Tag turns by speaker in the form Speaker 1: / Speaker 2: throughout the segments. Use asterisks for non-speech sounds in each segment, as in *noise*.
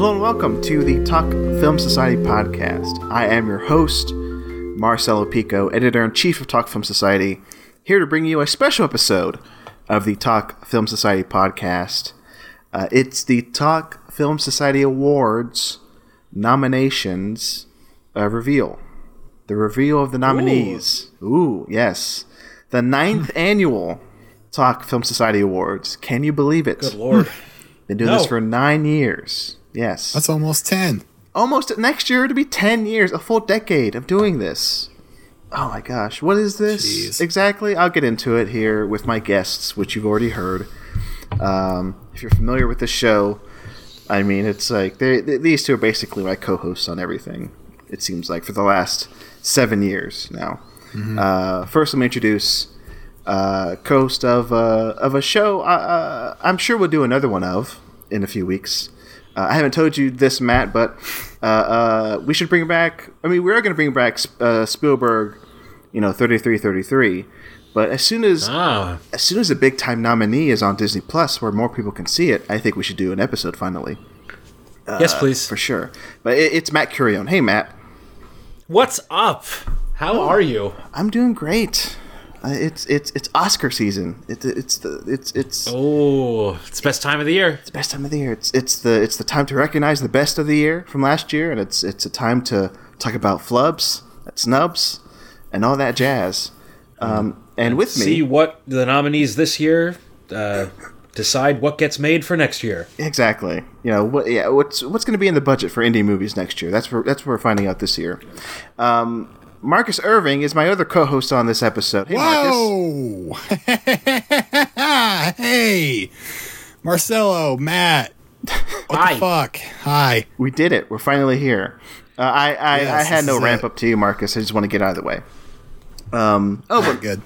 Speaker 1: welcome to the Talk Film Society podcast. I am your host, Marcelo Pico, editor in chief of Talk Film Society, here to bring you a special episode of the Talk Film Society podcast. Uh, it's the Talk Film Society Awards nominations uh, reveal. The reveal of the nominees. Ooh, yes. The
Speaker 2: *laughs*
Speaker 1: ninth annual Talk Film Society Awards. Can you believe it?
Speaker 2: Good lord.
Speaker 1: Been doing this
Speaker 2: No.
Speaker 1: for nine years. Yes.
Speaker 3: *laughs* That's almost 10.
Speaker 1: Almost next year to be 10 years, a full decade of doing this. Oh my gosh. What is this?
Speaker 3: Jeez.
Speaker 1: Exactly. I'll get into it here with my guests, which you've already heard. Um, if you're familiar with the show, I mean, it's like they, th these two are basically my co hosts on everything, it seems like, for the last seven years now. Uh, first, let me introduce uh, co host of, uh, of a show I, uh, I'm sure we'll do another one of in a few weeks. Uh, I haven't told you this, Matt, but uh, uh, we should bring back. I mean, we are going to bring back uh, Spielberg, you know, thirty three thirty three. But as soon as
Speaker 2: Ah,
Speaker 1: as soon as a big time nominee is on Disney Plus, where more people can see it, I think we should do an episode finally
Speaker 2: yes, please.
Speaker 1: Uh, for sure. But it, it's Matt Curion. Hey, Matt,
Speaker 2: What's up? How are you?
Speaker 1: I'm doing great. Uh, it's it's it's Oscar season. It, it's the it's it's
Speaker 2: Oh, it's the best time of the year.
Speaker 1: the best time of the year. It's it's the it's the time to recognize the best of the year from last year, and it's it's a time to talk about flubs, snubs, and all that jazz.
Speaker 3: Mm.
Speaker 1: Um, and with me,
Speaker 2: See what the nominees this year uh, decide what gets made for next year.
Speaker 1: Exactly. You know what? Yeah, what's what's going to be in the budget for indie movies next year? That's where that's what we're finding out this year. Um, Marcus Irving is my other co-host on this episode. Hey, Marcus.
Speaker 3: Whoa! hey! Marcelo, Matt. What
Speaker 2: Hi.
Speaker 3: the fuck? Hi.
Speaker 1: We did it. We're finally here. Uh, I I,
Speaker 3: Yes,
Speaker 1: I had
Speaker 3: this
Speaker 1: no
Speaker 3: is
Speaker 1: ramp
Speaker 3: it.
Speaker 1: up to you, Marcus. I just want to get out of the way. Um, oh, but
Speaker 3: Good.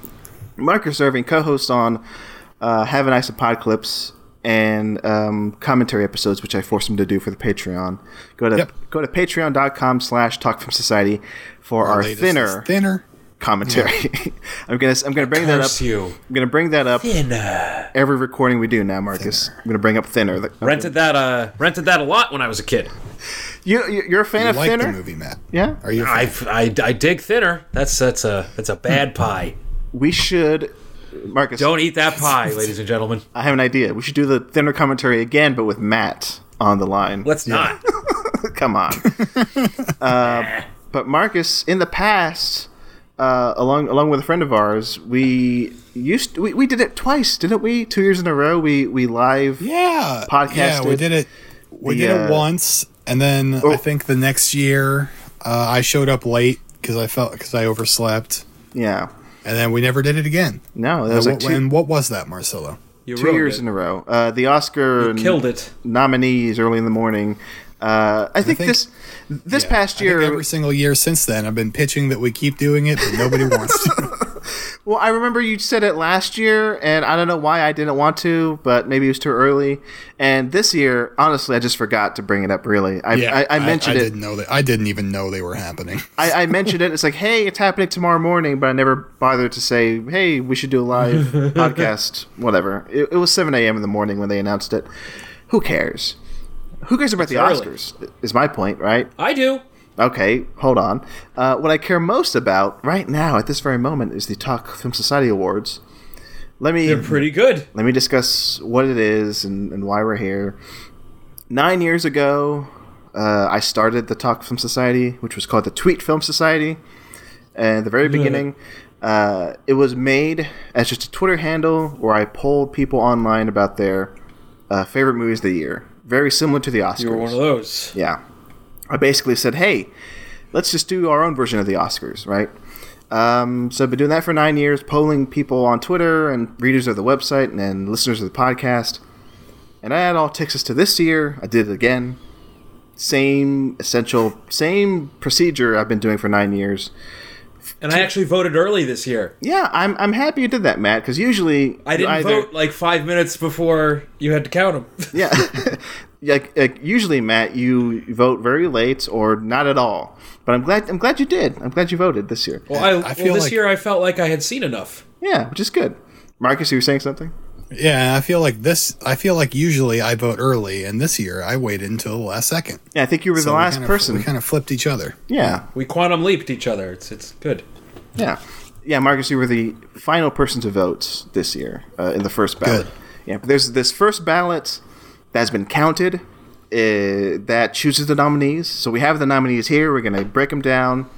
Speaker 1: Marcus Irving, co-host on uh, Have a Nice Pod Clips and um, commentary episodes, which I forced him to do for the Patreon. Go to
Speaker 3: Yep.
Speaker 1: go to patreon.com slash talk from society for our
Speaker 3: Latest is
Speaker 1: thinner
Speaker 3: Thinner.
Speaker 1: commentary. *laughs* I'm gonna I'm gonna bring that up.
Speaker 2: Curse you. uh,
Speaker 1: I'm gonna bring that up
Speaker 2: Thinner.
Speaker 1: every recording we do now, Marcus. I'm gonna bring up thinner. The-
Speaker 2: Rented that. Uh, rented that a lot when I was a kid.
Speaker 1: You you- you're a fan
Speaker 3: I
Speaker 1: of
Speaker 3: like
Speaker 1: thinner?
Speaker 3: the movie, Matt.
Speaker 1: Yeah.
Speaker 3: Are you?
Speaker 2: I, I, I dig thinner. That's that's a that's a bad pie.
Speaker 1: We should, Marcus.
Speaker 2: Don't eat that
Speaker 1: *laughs*
Speaker 2: pie, ladies and gentlemen.
Speaker 1: I have an idea. We should do the thinner commentary again, but with Matt on the line. *laughs*
Speaker 2: Let's not.
Speaker 1: Come
Speaker 3: *laughs*
Speaker 1: on. uh, but Marcus, in the past, uh, along along with a friend of ours, we used we, we did it twice, didn't we? Two years in a row, we we live.
Speaker 3: yeah. Yeah,
Speaker 1: Podcasted
Speaker 3: we did it. We
Speaker 1: the,
Speaker 3: did it
Speaker 1: uh,
Speaker 3: once, and then
Speaker 1: Oh.
Speaker 3: I think the next year uh, I showed up late because I felt because I overslept,
Speaker 1: Yeah.
Speaker 3: and then we never did it again.
Speaker 1: No, that was like
Speaker 3: And what,
Speaker 1: two,
Speaker 3: and what was that, Marcelo?
Speaker 2: You
Speaker 1: two years in a row. Uh, the Oscar n-
Speaker 2: Killed it.
Speaker 1: nominees early in the morning. Uh, I, think
Speaker 3: think-
Speaker 1: this this
Speaker 3: Yeah, I
Speaker 1: past
Speaker 3: think
Speaker 1: year.
Speaker 3: every single year since then, I've been pitching that we keep doing it, but nobody wants to.
Speaker 1: well, I remember you said it last year, and I don't know why I didn't want to, but maybe it was too early. And this year, honestly, I just forgot to bring it up. Really, I I, I mentioned
Speaker 3: I,
Speaker 1: it.
Speaker 3: Didn't know that. I didn't even know they were happening. *laughs*
Speaker 1: I, I mentioned it. It's like, hey, it's happening tomorrow morning, but I never bothered to say, hey, we should do a
Speaker 2: *laughs*
Speaker 1: live podcast. Whatever. It, it was 7 a.m. in the morning when they announced it. Who cares? Who cares about the
Speaker 2: early.
Speaker 1: Oscars? Is my point, right?
Speaker 2: I do.
Speaker 1: Okay, hold on. Uh, what I care most about right now, at this very moment, is the Talk Film Society Awards. Let me
Speaker 2: They're pretty good.
Speaker 1: let me discuss what it is and, and why we're here. Nine years ago, uh, I started the Talk Film Society, which was called the Tweet Film Society. And at the very beginning, uh, it was made as just a Twitter handle where I polled people online about their uh, favorite movies of the year. Very similar to the Oscars.
Speaker 2: You were one of those.
Speaker 1: Yeah. I basically said, hey, let's just do our own version of the Oscars, right? Um, so I've been doing that for nine years, polling people on Twitter and readers of the website and, and listeners of the podcast. And that all takes us to this year. I did it again. Same essential, same procedure I've been doing for nine years.
Speaker 2: And I actually voted early this year.
Speaker 1: Yeah, I'm, I'm happy you did that, Matt, because usually
Speaker 2: I didn't
Speaker 1: either-
Speaker 2: vote like five minutes before you had to count them.
Speaker 1: Yeah. *laughs* like, like usually Matt you vote very late or not at all. But I'm glad I'm glad you did. I'm glad you voted this year.
Speaker 2: *laughs* Well, I,
Speaker 3: I feel
Speaker 2: well, this
Speaker 3: like-
Speaker 2: year I felt like I had seen enough.
Speaker 1: Yeah, which is good. Marcus, you were saying something?
Speaker 3: Yeah, and I feel like this. I feel like usually I vote early, and this year I waited until the last second.
Speaker 1: Yeah, I think you were
Speaker 3: So
Speaker 1: the
Speaker 3: we
Speaker 1: last
Speaker 3: kind of-
Speaker 1: person.
Speaker 3: We kind of flipped each other.
Speaker 1: yeah,
Speaker 2: We quantum leaped each other. It's it's good.
Speaker 1: yeah, yeah. Marcus, you were the final person to vote this year uh, in the first ballot.
Speaker 3: Good.
Speaker 1: Yeah, but there's this first ballot that's been counted. Uh, that chooses the nominees. So we have the nominees here. We're gonna break them down.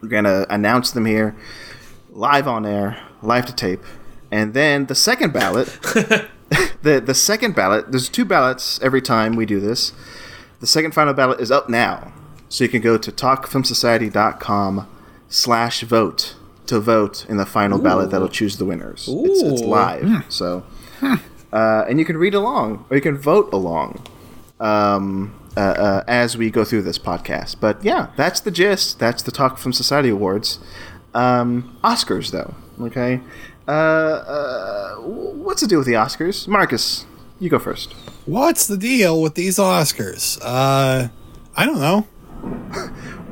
Speaker 1: We're gonna announce them here, live on air, live to tape, and then the second ballot. *laughs* the the second ballot. There's two ballots every time we do this. The second final ballot is up now, so you can go to talkfilmsociety.com slash vote to vote in the final ballot that'll choose the winners. It's, it's
Speaker 2: Ooh.
Speaker 1: live, so uh, and you can read along or you can vote along um, uh, uh, as we go through this podcast. But yeah, that's the gist. That's the Talk from Society Awards. Um, Oscars, though, okay? Uh, uh, what's to do with the Oscars? Marcus, you go first.
Speaker 3: What's the deal with these Oscars? Uh, I don't know.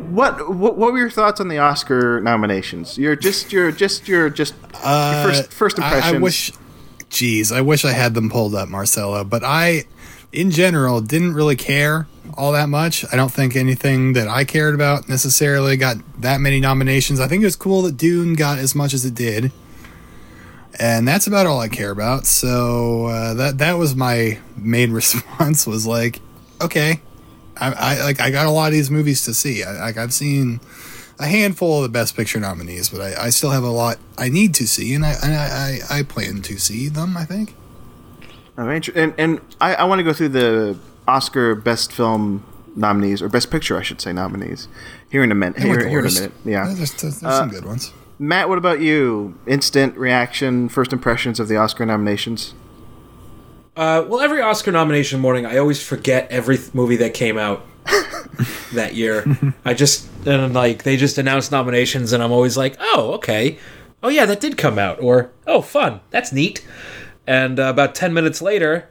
Speaker 1: What, what what were your thoughts on the Oscar nominations? Your just your just your just
Speaker 3: Uh,
Speaker 1: your first first
Speaker 3: I-
Speaker 1: impression.
Speaker 3: I, wish. Jeez, I wish I had them pulled up, Marcelo. But I, in general, didn't really care all that much. I don't think anything that I cared about necessarily got that many nominations. I think it was cool that Dune got as much as it did, and that's about all I care about. So uh, that that was my main *laughs* response. Was like, okay, I, I like I got a lot of these movies to see. I, like I've seen a handful of the best picture nominees, but I, I still have a lot I need to see, and I and I, I, I plan to see them. I think.
Speaker 1: Oh, inter- and and I, I want to go through the Oscar Best Film nominees or Best Picture, I should say, nominees here in a minute.
Speaker 3: They
Speaker 1: Here,
Speaker 3: weren't the
Speaker 1: here in a
Speaker 3: worst.
Speaker 1: minute, yeah. Uh,
Speaker 3: there's, there's, there's some good ones.
Speaker 1: Matt, what about you? Instant reaction, first impressions of the Oscar nominations?
Speaker 2: Uh, well, every Oscar nomination morning, I always forget every th- movie that came out that year. I just and like they just announce nominations, and I'm always like, oh, okay, oh yeah, that did come out, or oh, fun, that's neat. And uh, about ten minutes later,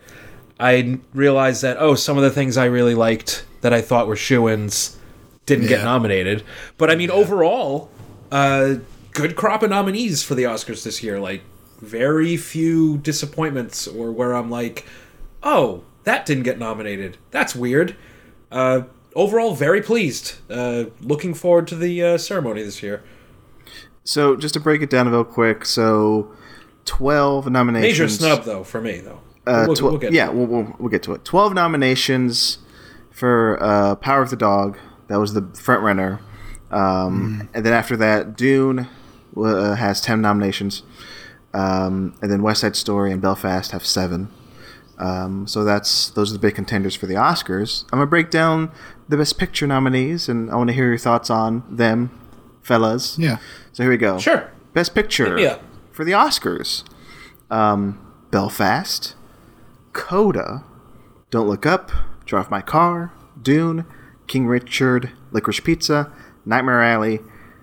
Speaker 2: I n- realized that oh, some of the things I really liked that I thought were shoo-ins didn't get
Speaker 3: Yeah.
Speaker 2: nominated. But I mean, overall, uh, good crop of nominees for the Oscars this year. Like very few disappointments, or where I'm like, oh, that didn't get nominated. That's weird. Uh, overall, very pleased. Uh, looking forward to the uh, ceremony this year.
Speaker 1: So just to break it down real quick, so twelve nominations.
Speaker 2: Major snub though for me though.
Speaker 1: Uh,
Speaker 2: We'll-
Speaker 1: tw-
Speaker 2: we'll get-
Speaker 1: yeah, we'll, we'll, we'll get to it. Twelve nominations for uh, Power of the Dog. That was the front runner. Um, And then after that, Dune uh, has ten nominations, um, and then West Side Story and Belfast have seven. Um, so that's those are the big contenders for the Oscars. I'm gonna break down the Best Picture nominees, and I want to hear your thoughts on them, fellas.
Speaker 3: Yeah.
Speaker 1: So here we go.
Speaker 2: Sure.
Speaker 1: Best Picture
Speaker 2: me up.
Speaker 1: for the Oscars. Um, Belfast, Coda, Don't Look Up, Drive My Car, Dune, King Richard, Licorice Pizza, Nightmare Alley,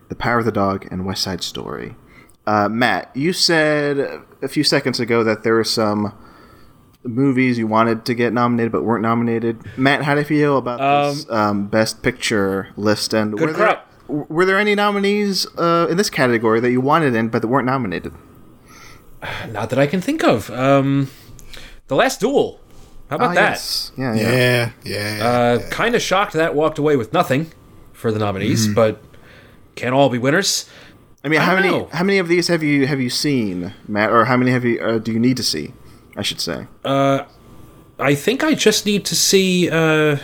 Speaker 1: The Power of the Dog, and West Side Story. Uh, Matt, you said a few seconds ago that there were some movies you wanted to get nominated but weren't nominated. Matt, how do you feel about this um, Best Picture list? And were there-
Speaker 2: crap.
Speaker 1: w- were there any nominees uh, in this category that you wanted in but that weren't nominated?
Speaker 2: Not that I can think of. Um, the Last Duel. How about
Speaker 1: Ah,
Speaker 2: that?
Speaker 1: yes. Yeah, yeah.
Speaker 3: Yeah, yeah.
Speaker 2: Uh, Kind of shocked that walked away with nothing for the nominees,
Speaker 1: Mm-hmm.
Speaker 2: but can't all be winners.
Speaker 1: I mean,
Speaker 2: I
Speaker 1: how
Speaker 2: don't
Speaker 1: many
Speaker 2: know.
Speaker 1: how many of these have you have you seen, Matt, or how many have you uh, do you need to see? I should say.
Speaker 2: Uh, I think I just need to see. Uh,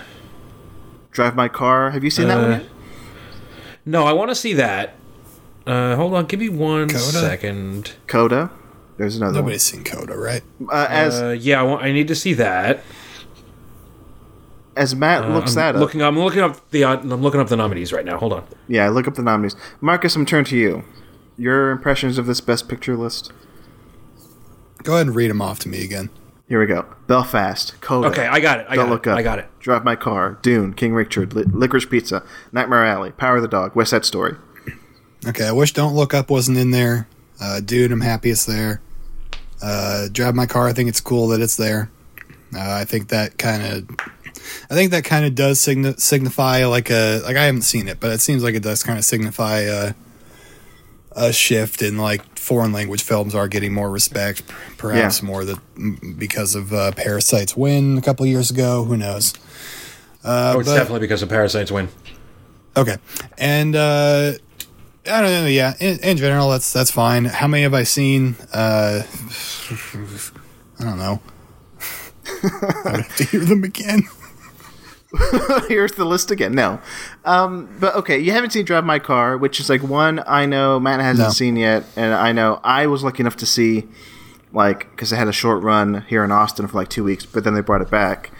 Speaker 1: Drive my car. Have you seen that one?
Speaker 2: Uh,
Speaker 1: Yet?
Speaker 2: no, I want to see that. Uh, hold on, give me one
Speaker 3: Coda?
Speaker 2: second.
Speaker 1: Coda. There's another
Speaker 3: Nobody's seen Coda, right?
Speaker 1: one. Uh, as
Speaker 2: Uh, yeah, I, want, I need to see that.
Speaker 1: as Matt looks
Speaker 2: uh, I'm
Speaker 1: that up,
Speaker 2: looking, I'm looking up the uh, I'm looking up the nominees right now. Hold on.
Speaker 1: yeah, look up the nominees. Marcus, I'm turned to you. Your impressions of this best picture list.
Speaker 3: Go ahead and read them off to me again.
Speaker 1: Here we go. Belfast, Coda.
Speaker 2: Okay, I got it. I
Speaker 1: Don't
Speaker 2: got
Speaker 1: look
Speaker 2: it.
Speaker 1: up.
Speaker 2: I got it.
Speaker 1: Drive my car. Dune. King Richard. Li- Licorice Pizza. Nightmare Alley. Power of the Dog. West Side Story.
Speaker 3: Okay, I wish Don't Look Up wasn't in there. Uh, dude, I'm happy it's there. Uh, drive my car. I think it's cool that it's there. Uh, I think that kind of, I think that kind of does signi- signify like a like I haven't seen it, but it seems like it does kind of signify a, a shift in like foreign language films are getting more respect, p- perhaps
Speaker 1: Yeah.
Speaker 3: more that m- because of uh, Parasite's win a couple years ago. Who knows? Uh,
Speaker 2: Oh, it's
Speaker 3: but-
Speaker 2: definitely because of Parasite's win.
Speaker 3: Okay, and uh, I don't know. Yeah, in, in general, that's that's fine. How many have I seen? Uh, I don't know. *laughs* I would have to hear
Speaker 1: *laughs*
Speaker 3: them again.
Speaker 1: Here's the list again. No, um, but okay, you haven't seen Drive My Car, which is like one I know Matt hasn't
Speaker 3: No.
Speaker 1: seen yet, and I know I was lucky enough to see, like, because it had a short run here in Austin for like two weeks, but then they brought it back.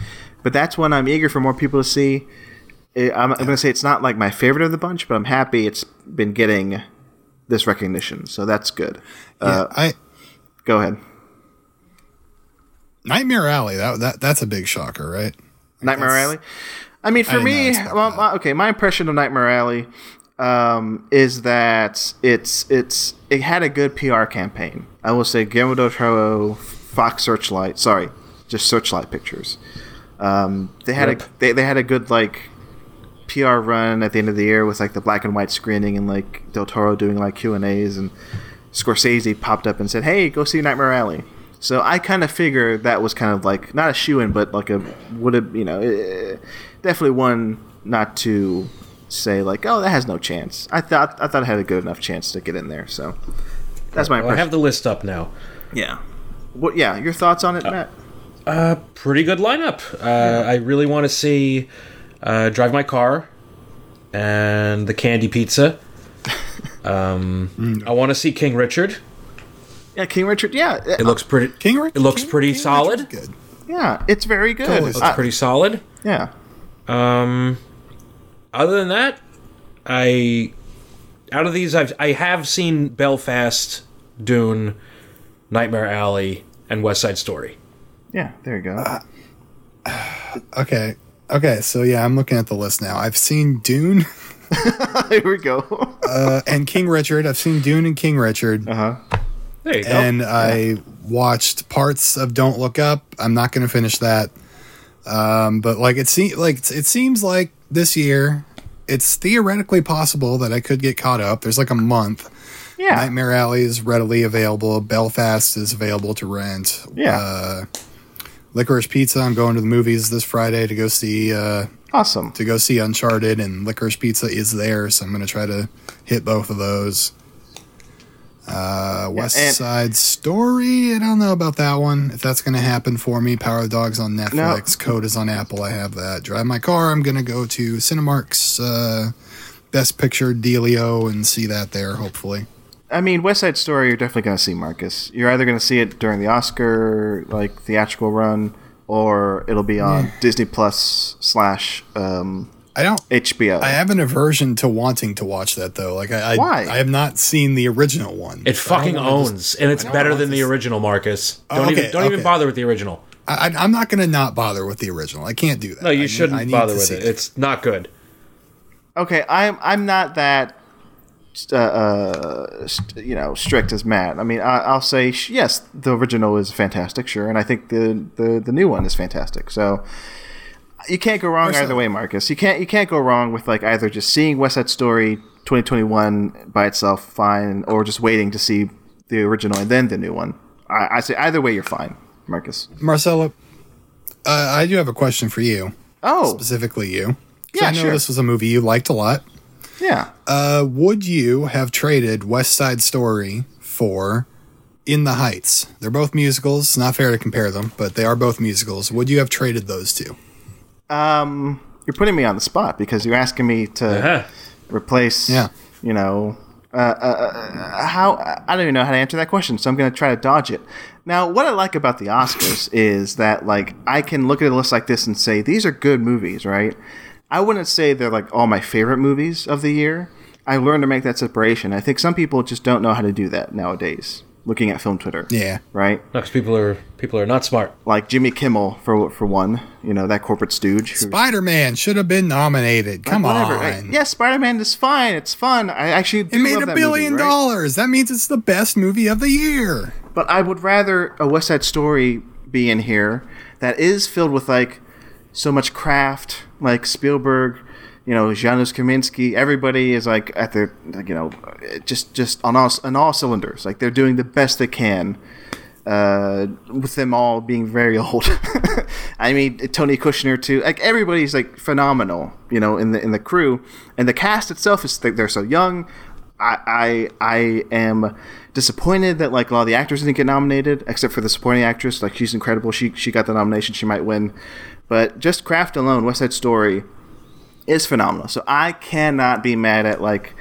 Speaker 1: But that's one I'm eager for more people to see. It, I'm, I'm going to say it's not like my favorite of the bunch, but I'm happy it's been getting this recognition, so that's good. Uh,
Speaker 3: Yeah, I
Speaker 1: Go ahead.
Speaker 3: Nightmare Alley. That, that that's a big shocker, right?
Speaker 1: Nightmare
Speaker 3: that's-
Speaker 1: Alley. I mean, for
Speaker 3: did not
Speaker 1: me,
Speaker 3: expect
Speaker 1: well,
Speaker 3: that.
Speaker 1: my- okay, my impression of Nightmare Alley um, is that it's it's it had a good PR campaign. I will say Guillermo del Toro, Fox Searchlight, sorry, just Searchlight Pictures. Um, they had
Speaker 2: Yep.
Speaker 1: a they, they had a good like PR run at the end of the year with like the black and white screening and like Del Toro doing like Q and A's and Scorsese popped up and said, "Hey, go see Nightmare Alley." So I kind of figure that was kind of like not a shoe in, but like a would have you know eh, definitely one not to say like, "Oh, that has no chance." I thought I thought it had a good enough chance to get in there. So that's my
Speaker 2: Well, I
Speaker 1: impression.
Speaker 2: have the list up now.
Speaker 1: yeah. What? Yeah. Your thoughts on it, Matt?
Speaker 2: Uh, pretty good lineup. Uh, I really want to see uh, Drive My Car and the
Speaker 1: *laughs*
Speaker 2: Candy Pizza. Um,
Speaker 3: Mm.
Speaker 2: I want to see King Richard.
Speaker 1: Yeah, King Richard. Yeah, eh,
Speaker 2: It looks pretty.
Speaker 3: King Richard.
Speaker 2: It looks
Speaker 3: King-
Speaker 2: pretty
Speaker 3: King Richard's
Speaker 2: solid.
Speaker 3: Good.
Speaker 1: yeah. It's very good.
Speaker 3: Totally.
Speaker 2: Looks
Speaker 1: I-
Speaker 2: pretty solid.
Speaker 1: yeah.
Speaker 2: Um, other than that, I out of these, I've I have seen Belfast, Dune, Nightmare Alley, and West Side Story.
Speaker 1: Yeah. There you go.
Speaker 3: Okay. Okay, so yeah, I'm looking at the list now. I've seen Dune
Speaker 1: *laughs* Here we go.
Speaker 3: uh, and King Richard. I've seen Dune and King Richard,
Speaker 2: There you go.
Speaker 3: and I watched parts of Don't Look Up. I'm not going to finish that, um, but like it seems like it seems like this year, it's theoretically possible that I could get caught up. There's like a month.
Speaker 1: yeah.
Speaker 3: Nightmare Alley is readily available. Belfast is available to rent.
Speaker 1: Yeah.
Speaker 3: Uh, Licorice Pizza. I'm going to the movies this Friday to go see. Uh,
Speaker 1: Awesome.
Speaker 3: to go see Uncharted, and Licorice Pizza is there, so I'm going to try to hit both of those. Uh, West
Speaker 1: and-
Speaker 3: Side Story. I don't know about that one. If that's going to happen for me, Power of the Dogs on Netflix. Code is on Apple. I have that. Drive my car. I'm going to go to Cinemark's uh, Best Picture Dealio and see that there. Hopefully.
Speaker 1: I mean, West Side Story, you're definitely going to see Marcus. You're either going to see it during the Oscar like theatrical run, or it'll be on Disney Plus slash um,
Speaker 3: I don't.
Speaker 1: HBO.
Speaker 3: I have an aversion to wanting to watch that though. Like I, I
Speaker 1: Why?
Speaker 3: I have not seen the original one.
Speaker 2: It
Speaker 3: So I don't
Speaker 2: fucking
Speaker 3: wanna just-
Speaker 2: owns, and it's
Speaker 3: don't
Speaker 2: better
Speaker 3: want
Speaker 2: than the
Speaker 3: this-
Speaker 2: original, Marcus.
Speaker 3: Oh,
Speaker 2: Don't even
Speaker 3: okay,
Speaker 2: don't even
Speaker 3: okay.
Speaker 2: bother with the original.
Speaker 3: I, I- I'm not going to not bother with the original. I can't do that.
Speaker 2: No,
Speaker 3: I
Speaker 2: you
Speaker 3: need-
Speaker 2: shouldn't
Speaker 3: I need
Speaker 2: bother
Speaker 3: to
Speaker 2: with
Speaker 3: see
Speaker 2: it. It's not good.
Speaker 1: okay, I'm I'm not that uh, uh, st- you know strict as Matt. I mean, I, I'll say sh- yes, the original is fantastic, sure, and I think the the, the new one is fantastic. So you can't go wrong
Speaker 3: Marcel.
Speaker 1: either way, Marcus. You can't you can't go wrong with like either just seeing West Side Story 2021 by itself, fine, or just waiting to see the original and then the new one. I, I say either way, you're fine, Marcus.
Speaker 3: Marcelo, uh, I do have a question for you,
Speaker 1: Oh,
Speaker 3: specifically you. 'Cause
Speaker 1: Yeah,
Speaker 3: I know
Speaker 1: sure.
Speaker 3: this was a movie you liked a lot.
Speaker 1: yeah.
Speaker 3: Uh, would you have traded West Side Story for In the Heights? They're both musicals. It's not fair to compare them, but they are both musicals. Would you have traded those two?
Speaker 1: Um, you're putting me on the spot because you're asking me to.
Speaker 2: Huh.
Speaker 1: replace
Speaker 3: Yeah.
Speaker 1: you know uh, uh, uh, how i don't even know how to answer that question so i'm going to try to dodge it now what i like about the oscars *laughs* is that like i can look at a list like this and say these are good movies right i wouldn't say they're like all my favorite movies of the year i learned to make that separation i think some people just don't know how to do that nowadays looking at film twitter
Speaker 3: Yeah.
Speaker 1: right
Speaker 2: No, 'cause people are people are not smart.
Speaker 1: like jimmy kimmel for for one you know that corporate stooge who
Speaker 3: Spider Man should have been nominated. Come
Speaker 1: Whatever.
Speaker 3: on.
Speaker 1: Right? Yeah, Spider Man is fine. It's fun. I actually do
Speaker 3: It made
Speaker 1: love
Speaker 3: a
Speaker 1: that
Speaker 3: billion
Speaker 1: movie, right?
Speaker 3: dollars. That means it's the best movie of the year.
Speaker 1: But I would rather a West Side Story be in here that is filled with like so much craft, like Spielberg, you know Janusz Kaminski. Everybody is like at their you know just just on all on all cylinders. Like they're doing the best they can. Uh, with them all being very *laughs* old, I mean Tony Kushner too. Like everybody's like phenomenal, you know, in the in the crew and the cast itself is they're so young. I, I I am disappointed that like a lot of the actors didn't get nominated, except for the supporting actress. Like she's incredible. She she got the nomination. She might win, but just craft alone, West Side Story is phenomenal. So I cannot be mad at like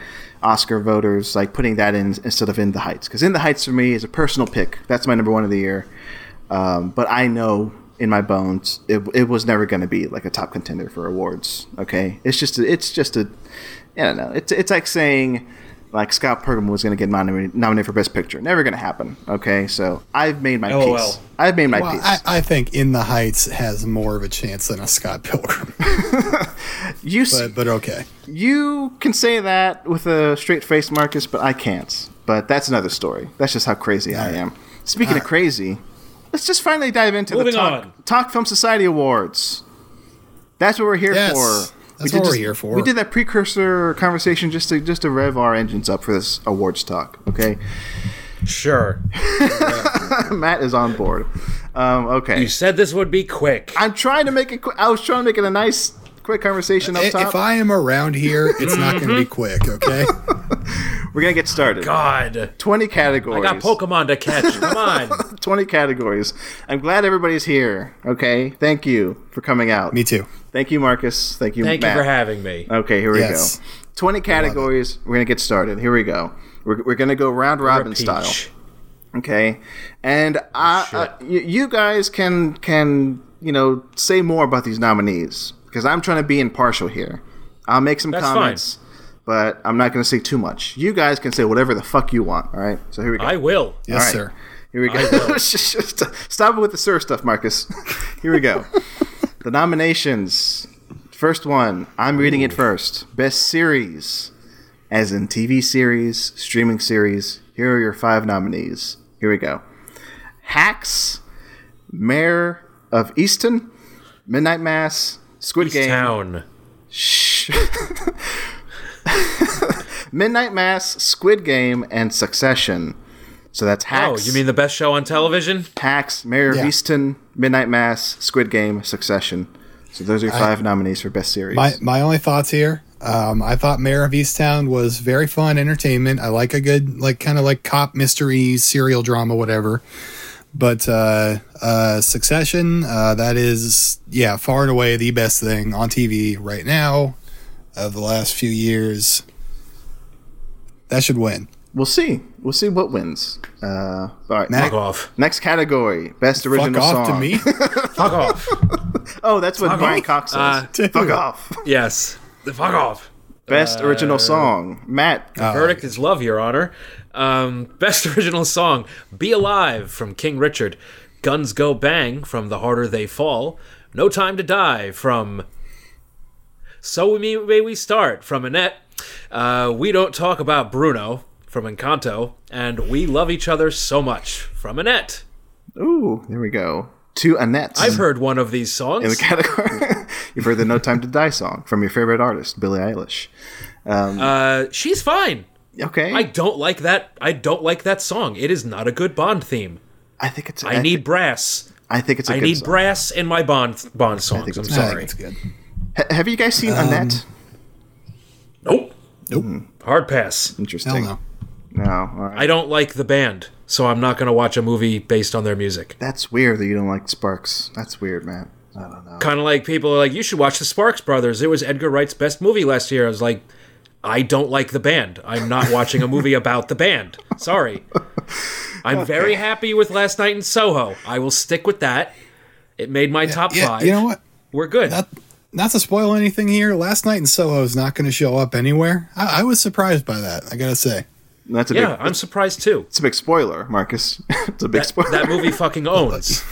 Speaker 1: Oscar voters like putting that in instead of In the Heights because In the Heights for me is a personal pick. That's my number one of the year. Um, but I know in my bones it, it was never going to be like a top contender for awards. Okay, it's just a, it's just a I don't know. It's it's like saying like Scott Pilgrim was going to get nominated, nominated for Best Picture. Never going to happen. Okay, so I've made my
Speaker 2: LOL.
Speaker 1: peace. I've made my
Speaker 3: Oh, Well,
Speaker 1: peace.
Speaker 3: I, I think In the Heights has more of a chance than a Scott Pilgrim, *laughs*
Speaker 1: you s-
Speaker 3: but, but okay.
Speaker 1: you can say that with a straight face, Marcus, but I can't. But that's another story. That's just how crazy I
Speaker 3: Alright.
Speaker 1: am. Speaking
Speaker 3: Uh,
Speaker 1: of crazy, let's just finally dive into
Speaker 2: Moving
Speaker 1: the talk,
Speaker 2: on.
Speaker 1: talk Film Society Awards. That's what we're here
Speaker 3: Yes,
Speaker 1: for.
Speaker 3: that's
Speaker 1: did
Speaker 3: what we're
Speaker 1: just-
Speaker 3: here for.
Speaker 1: We did that precursor conversation just to just to rev our engines up for this awards talk. Okay, *laughs*
Speaker 2: Sure.
Speaker 1: Matt is on board. Um, okay,
Speaker 2: You said this would be quick.
Speaker 1: I'm trying to make it. Qu- I was trying to make it a nice, quick conversation up
Speaker 3: I-
Speaker 1: top.
Speaker 3: If I am around here, it's not going to be quick, okay?
Speaker 1: We're gonna get started.
Speaker 2: God.
Speaker 1: Twenty categories.
Speaker 2: I got Pokemon to catch. Come
Speaker 1: *laughs*
Speaker 2: on.
Speaker 1: 20 categories. I'm glad everybody's here. Okay. Thank you for coming out.
Speaker 3: Me too.
Speaker 1: Thank you, Marcus. Thank you,
Speaker 2: Thank you
Speaker 1: Matt.
Speaker 2: for having me.
Speaker 1: Okay, here we
Speaker 3: Yes.
Speaker 1: go. 20 categories. We're going to get started. Here we go. We're, we're going to go round robin
Speaker 2: Peach.
Speaker 1: style. Okay. And I, uh, you, you guys can, can, you know, say more about these nominees because I'm trying to be impartial here. I'll make some
Speaker 2: That's fine.
Speaker 1: comments, but I'm not going to say too much. You guys can say whatever the fuck you want. All right. So here we go.
Speaker 2: I will.
Speaker 3: Yes,
Speaker 1: All right.
Speaker 3: sir.
Speaker 1: Here we go. *laughs* Stop it with the sir stuff, Marcus. *laughs* Here we go. the nominations. First one. I'm reading it first. Best series, as in TV series, streaming series. Here are your five nominees. Here we go. Hacks, Mayor of Easton, Midnight Mass, Squid Game,
Speaker 2: Town.
Speaker 1: Shh. *laughs* Midnight Mass, Squid Game, and Succession. So that's
Speaker 2: Oh,
Speaker 1: Hacks.
Speaker 2: you mean the best show on television?
Speaker 1: Hacks, Mayor of
Speaker 3: Yeah.
Speaker 1: Easton, Midnight Mass, Squid Game, Succession. So those are your five nominees for best series.
Speaker 3: My, my only thoughts here. Um, I thought Mayor of Easttown was very fun entertainment. I like a good, like, kind of like cop mystery, serial drama, whatever. But uh, uh, Succession, uh, that is, yeah, far and away the best thing on TV right now of the last few years. That should win.
Speaker 1: we'll see. We'll see what wins. Uh, all right.
Speaker 3: Matt,
Speaker 2: Fuck off.
Speaker 1: Next category: best original
Speaker 3: Fuck off
Speaker 1: song.
Speaker 3: to me.
Speaker 2: Fuck off.
Speaker 1: Oh, that's what Brian Cox says.
Speaker 3: *laughs*
Speaker 2: Uh,
Speaker 1: Fuck off.
Speaker 2: *laughs* Yes. The fuck off. Uh,
Speaker 1: Best original song. Matt.
Speaker 3: Oh.
Speaker 2: Verdict is love, Your Honor. Um, best *laughs* original song: "Be Alive" from King Richard, "Guns Go Bang" from The Harder They Fall, "No Time to Die" from "So We May We Start" from Annette, uh, "We Don't Talk About Bruno" from Encanto, and "We Love Each Other So Much" from Annette.
Speaker 1: Ooh, there we go. To Annette.
Speaker 2: I've heard one of these
Speaker 1: Mm. in *laughs* the
Speaker 2: songs.
Speaker 1: category. *laughs* You've heard the No Time to Die song from your favorite artist, Billie Eilish.
Speaker 2: Uh, she's fine.
Speaker 1: Okay,
Speaker 2: I
Speaker 1: I,
Speaker 2: don't like that. I don't like that song. It is not a good Bond theme.
Speaker 1: think it's.
Speaker 2: I need brass.
Speaker 1: I think it's. A
Speaker 2: I
Speaker 1: good
Speaker 2: need
Speaker 1: song.
Speaker 2: brass in my Bond Bond
Speaker 1: think
Speaker 2: songs. I'm
Speaker 1: it's
Speaker 3: I think
Speaker 2: sorry.
Speaker 3: it's good.
Speaker 1: Ha- have you guys seen
Speaker 3: Um,
Speaker 1: Annette?
Speaker 2: Nope.
Speaker 3: Nope.
Speaker 2: Hard pass.
Speaker 3: Hell
Speaker 1: Interesting.
Speaker 3: no.
Speaker 1: No. All right.
Speaker 2: I don't like the band, so I'm not going to watch a movie based on their music.
Speaker 1: That's weird that you don't like Sparks. That's weird, man. I don't know.
Speaker 2: Kind of like people are like, you should watch the Sparks Brothers. It was Edgar Wright's best movie last year. I was like, I don't like the band. I'm not watching a movie about the band. Sorry. I'm very happy with Last Night in Soho. I will stick with that. It made my top
Speaker 3: Yeah,
Speaker 2: five.
Speaker 3: you know what?
Speaker 2: We're good.
Speaker 3: not not to spoil anything here. Last night in Soho is not going to show up anywhere. I, I was surprised by that. I gotta say,
Speaker 1: *laughs* That's a
Speaker 2: yeah,
Speaker 1: big.
Speaker 2: I'm surprised too. *laughs*
Speaker 1: It's a big spoiler, Marcus. *laughs* it's a big spoiler.
Speaker 2: That movie fucking owns.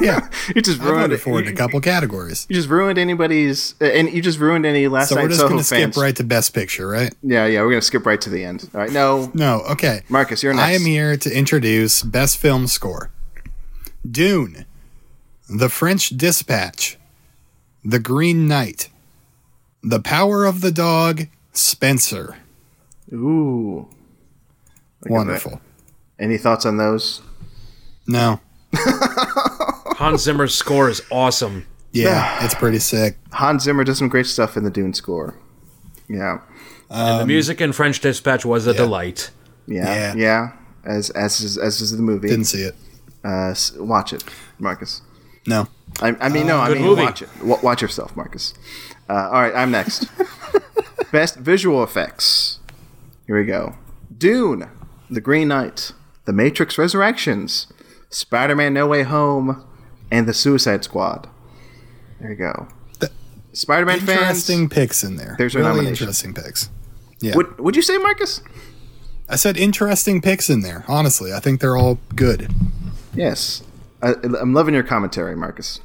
Speaker 3: yeah,
Speaker 1: *laughs* you just
Speaker 3: I
Speaker 1: ruined
Speaker 3: voted
Speaker 1: it.
Speaker 3: for it in a couple categories.
Speaker 1: You just ruined anybody's, uh, and you just ruined any last
Speaker 3: So
Speaker 1: night
Speaker 3: we're just
Speaker 1: Soho
Speaker 3: gonna
Speaker 1: fans.
Speaker 3: skip right to Best Picture, right?
Speaker 1: Yeah, yeah, we're gonna skip right to the end. All right, no,
Speaker 3: No, okay.
Speaker 1: Marcus, you're next.
Speaker 3: I am here to introduce Best Film Score: Dune, The French Dispatch, The Green Knight, The Power of the Dog, Spencer.
Speaker 1: Ooh. Look at that.
Speaker 3: Wonderful.
Speaker 1: Any thoughts on those?
Speaker 3: No.
Speaker 2: Hans Zimmer's score is awesome.
Speaker 1: *sighs*
Speaker 3: Yeah, it's pretty sick.
Speaker 1: Hans Zimmer does some great stuff in the Dune score. Yeah.
Speaker 2: the music in French Dispatch was a delight.
Speaker 1: Yeah. Yeah.
Speaker 3: Yeah.
Speaker 1: As as is, as is the movie.
Speaker 3: Didn't see it.
Speaker 1: Uh, s- watch it, Marcus.
Speaker 3: No.
Speaker 1: I, I mean, no, I
Speaker 2: Uh, good
Speaker 1: mean,
Speaker 2: movie.
Speaker 1: watch it. W- watch yourself, Marcus. Uh, all right, I'm next.
Speaker 3: *laughs*
Speaker 1: Best visual effects. Here we go. Dune, The Green Knight, The Matrix Resurrections, Spider-Man: No Way Home, and The Suicide Squad. There you go.
Speaker 3: Th-
Speaker 1: Spider-Man fans.
Speaker 3: Interesting picks in there.
Speaker 1: There's your
Speaker 3: really
Speaker 1: nomination.
Speaker 3: interesting picks. Yeah.
Speaker 1: Would would you say, Marcus?
Speaker 3: I said interesting picks in there. Honestly, I think they're all good.
Speaker 1: Yes. I, I'm loving your commentary, Marcus.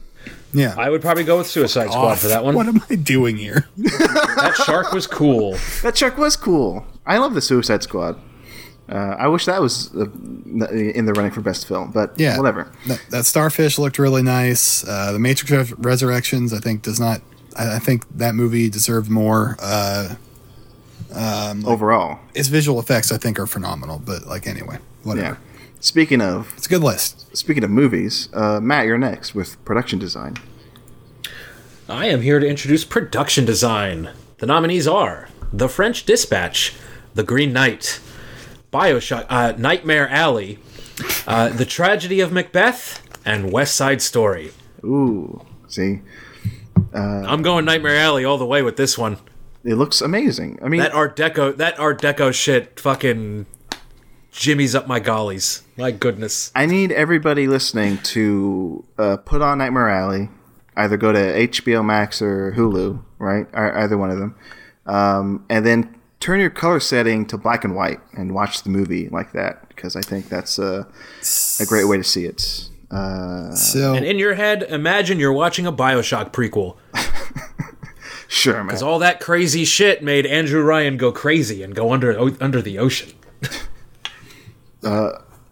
Speaker 3: Yeah.
Speaker 2: I would probably go with Suicide Squad for that one.
Speaker 3: What am I doing here?
Speaker 2: That shark was cool.
Speaker 1: That shark was cool. I love the Suicide Squad. Uh, I wish that was uh, in the running for best film, but
Speaker 3: Yeah.
Speaker 1: whatever.
Speaker 3: That, that starfish looked really nice. Uh, the Matrix Res- Resurrections, I think, does not. I, I think that movie deserved more. Uh,
Speaker 1: Overall,
Speaker 3: its visual effects, I think, are phenomenal. But like anyway, whatever.
Speaker 1: yeah. Speaking of
Speaker 3: It's a good list.
Speaker 1: speaking of movies, uh, Matt, you're next with production design.
Speaker 2: I am here to introduce production design. The nominees are The French Dispatch, The Green Knight, Bioshock, uh, Nightmare Alley, uh, The Tragedy of Macbeth, and West Side Story.
Speaker 1: Ooh, see,
Speaker 2: I'm going Nightmare Alley all the way with this one.
Speaker 1: it looks amazing. I mean,
Speaker 2: That Art Deco, that Art Deco shit, fucking jimmies up my gollies. My goodness.
Speaker 1: I need everybody listening to uh, put on Nightmare Alley. Either go to HBO Max or Hulu, right? Or either one of them, um, and then turn your color setting to black and white and watch the movie like that because I think that's a a great way to see it. Uh,
Speaker 3: So
Speaker 2: And in your head, imagine you're watching a Bioshock prequel.
Speaker 1: sure, man.
Speaker 2: All that crazy shit made Andrew Ryan go crazy and go under o- under the ocean.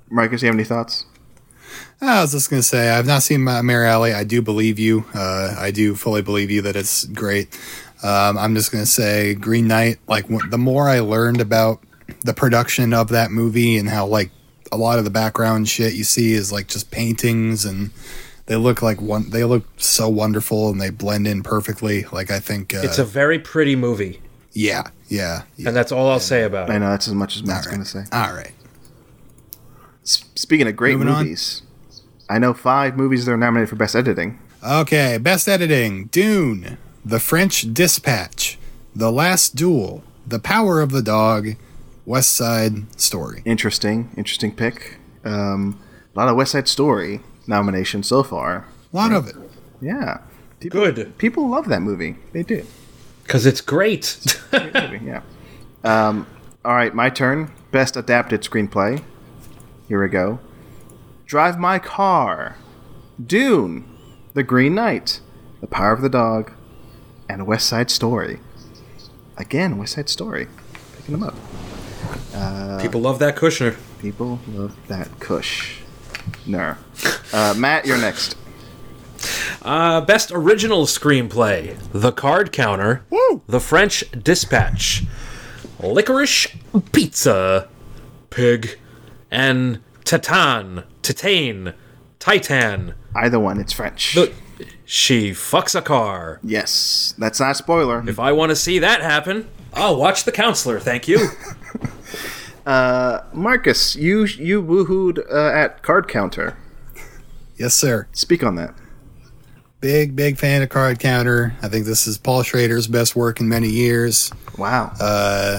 Speaker 1: Marcus, you have any thoughts?
Speaker 3: Uh, I was just gonna say I've not seen Ma- Mary Alley. I do believe you. Uh, I do fully believe you that it's great. Um, I'm just gonna say Green Knight. Like w- the more I learned about the production of that movie and how like a lot of the background shit you see is like just paintings and they look like one. They look so wonderful and they blend in perfectly. Like I think. Uh,
Speaker 2: It's a very pretty movie,
Speaker 3: yeah, yeah, yeah.
Speaker 2: and that's all I'll say about
Speaker 1: I
Speaker 2: it.
Speaker 1: know that's as much as Matt's going to say.
Speaker 3: All right.
Speaker 1: S- speaking of great
Speaker 3: Moving on.
Speaker 1: movies, I know five movies that are nominated for best editing.
Speaker 3: Okay, best editing Dune, The French Dispatch, The Last Duel, The Power of the Dog, West Side Story.
Speaker 1: Interesting, interesting pick. Um, a lot of West Side Story nominations so far.
Speaker 3: A lot of it.
Speaker 1: Yeah, people,
Speaker 2: Good,
Speaker 1: People love that movie. They do.
Speaker 2: because it's great. *laughs*
Speaker 1: yeah. Um, all right, my turn. Best adapted screenplay. Here we go. Drive My Car, Dune, The Green Knight, The Power of the Dog, and West Side Story. Again, West Side Story. Picking them up.
Speaker 2: People love that Kushner.
Speaker 1: People love that Kush. No. Uh, Matt, you're next.
Speaker 2: Uh, best original screenplay: The Card Counter, The French Dispatch, Licorice Pizza, Pig, and Titan, Titan, Titan.
Speaker 1: Either one. It's French.
Speaker 2: Look, she fucks a car.
Speaker 1: Yes, that's not a spoiler.
Speaker 2: If I want to see that happen, I'll watch The Counselor. Thank you.
Speaker 1: Marcus, you you woohooed uh, at Card Counter.
Speaker 3: Yes, sir.
Speaker 1: Speak on that.
Speaker 3: Big, big fan of Card Counter. I think this is Paul Schrader's best work in many years.
Speaker 1: Wow.
Speaker 2: *laughs*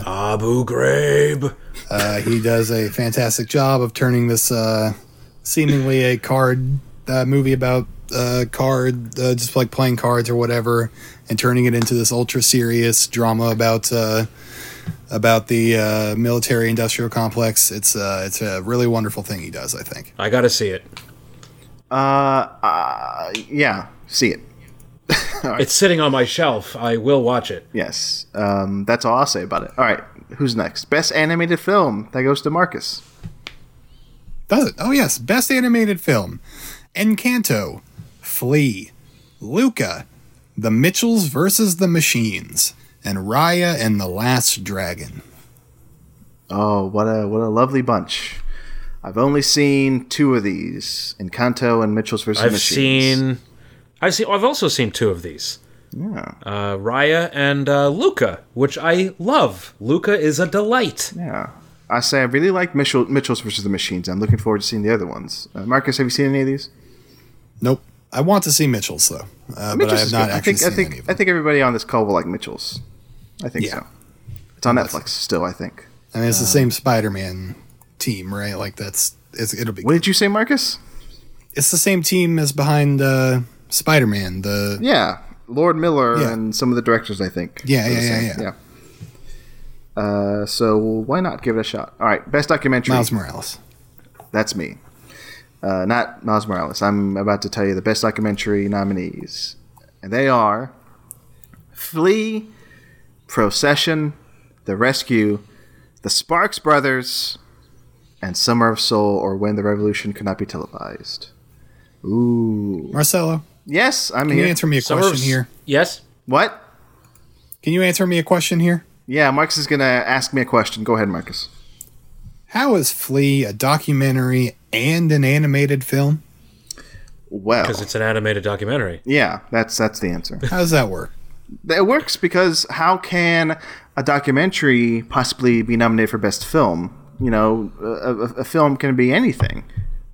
Speaker 2: Abu Ghraib.
Speaker 3: Uh, he does a fantastic job of turning this uh, seemingly a card uh, movie about uh, card, uh, just like playing cards or whatever, and turning it into this ultra serious drama about uh, about the uh, military industrial complex. It's uh, it's a really wonderful thing he does. I think.
Speaker 2: I gotta see it.
Speaker 1: Uh, yeah, see it.
Speaker 2: It's sitting on my shelf. I will watch it.
Speaker 1: Yes. Um, that's all I'll say about it. All right. Who's next? Best animated film that goes to Marcus.
Speaker 3: Does it? Oh yes, best animated film: Encanto, Flea, Luca, The Mitchells versus the Machines, and Raya and the Last Dragon.
Speaker 1: Oh, what a what a lovely bunch! I've only seen two of these: Encanto and Mitchell's versus
Speaker 2: I've
Speaker 1: Machines.
Speaker 2: seen. I've seen. I've also seen two of these.
Speaker 1: Yeah,
Speaker 2: Uh, Raya and uh, Luca, which I love. Luca is a delight.
Speaker 1: yeah. I say I really like Mitchell, Mitchell's versus the Machines. I'm looking forward to seeing the other ones. Uh, Marcus, have you seen any of these?
Speaker 3: Nope. I want to see Mitchell's though, uh, but I
Speaker 1: Mitchell's
Speaker 3: have
Speaker 1: is
Speaker 3: not
Speaker 1: good.
Speaker 3: actually
Speaker 1: I
Speaker 3: seen
Speaker 1: think I think
Speaker 3: any of
Speaker 1: I
Speaker 3: them.
Speaker 1: think everybody on this call will like Mitchell's. I think
Speaker 3: Yeah.
Speaker 1: so. It's on Netflix still. I think. uh,
Speaker 3: I mean, it's the same Spider-Man team, right? Like that's it's, it'll be.
Speaker 1: What did you say, Marcus?
Speaker 3: It's the same team as behind uh, Spider-Man. The
Speaker 1: Yeah, Lord Miller
Speaker 3: Yeah.
Speaker 1: and some of the directors. I think.
Speaker 3: Yeah,
Speaker 1: are the
Speaker 3: yeah, yeah,
Speaker 1: same.
Speaker 3: yeah.
Speaker 1: Yeah. Uh, so why not give it a shot? All right, best documentary.
Speaker 3: Miles Morales.
Speaker 1: That's me. Uh, not Miles Morales. I'm about to tell you the best documentary nominees. And they are Flea, Procession, The Rescue, The Sparks Brothers, and Summer of Soul or When the Revolution Could Not Be Televised. Ooh.
Speaker 3: Marcelo,
Speaker 1: Yes, I'm
Speaker 3: can you
Speaker 1: here.
Speaker 3: answer me a
Speaker 2: Summer of
Speaker 3: question
Speaker 2: S-
Speaker 3: here?
Speaker 2: Yes.
Speaker 1: What?
Speaker 3: Can you answer me a question here?
Speaker 1: Yeah, Marcus is going to ask me a question. Go ahead, Marcus.
Speaker 3: How is Flea a documentary and an animated film?
Speaker 1: Well,
Speaker 2: Because it's an animated documentary.
Speaker 1: yeah, that's that's the answer.
Speaker 3: How does that work?
Speaker 1: It works because how can a documentary possibly be nominated for best film? You know, a, a, a film can be anything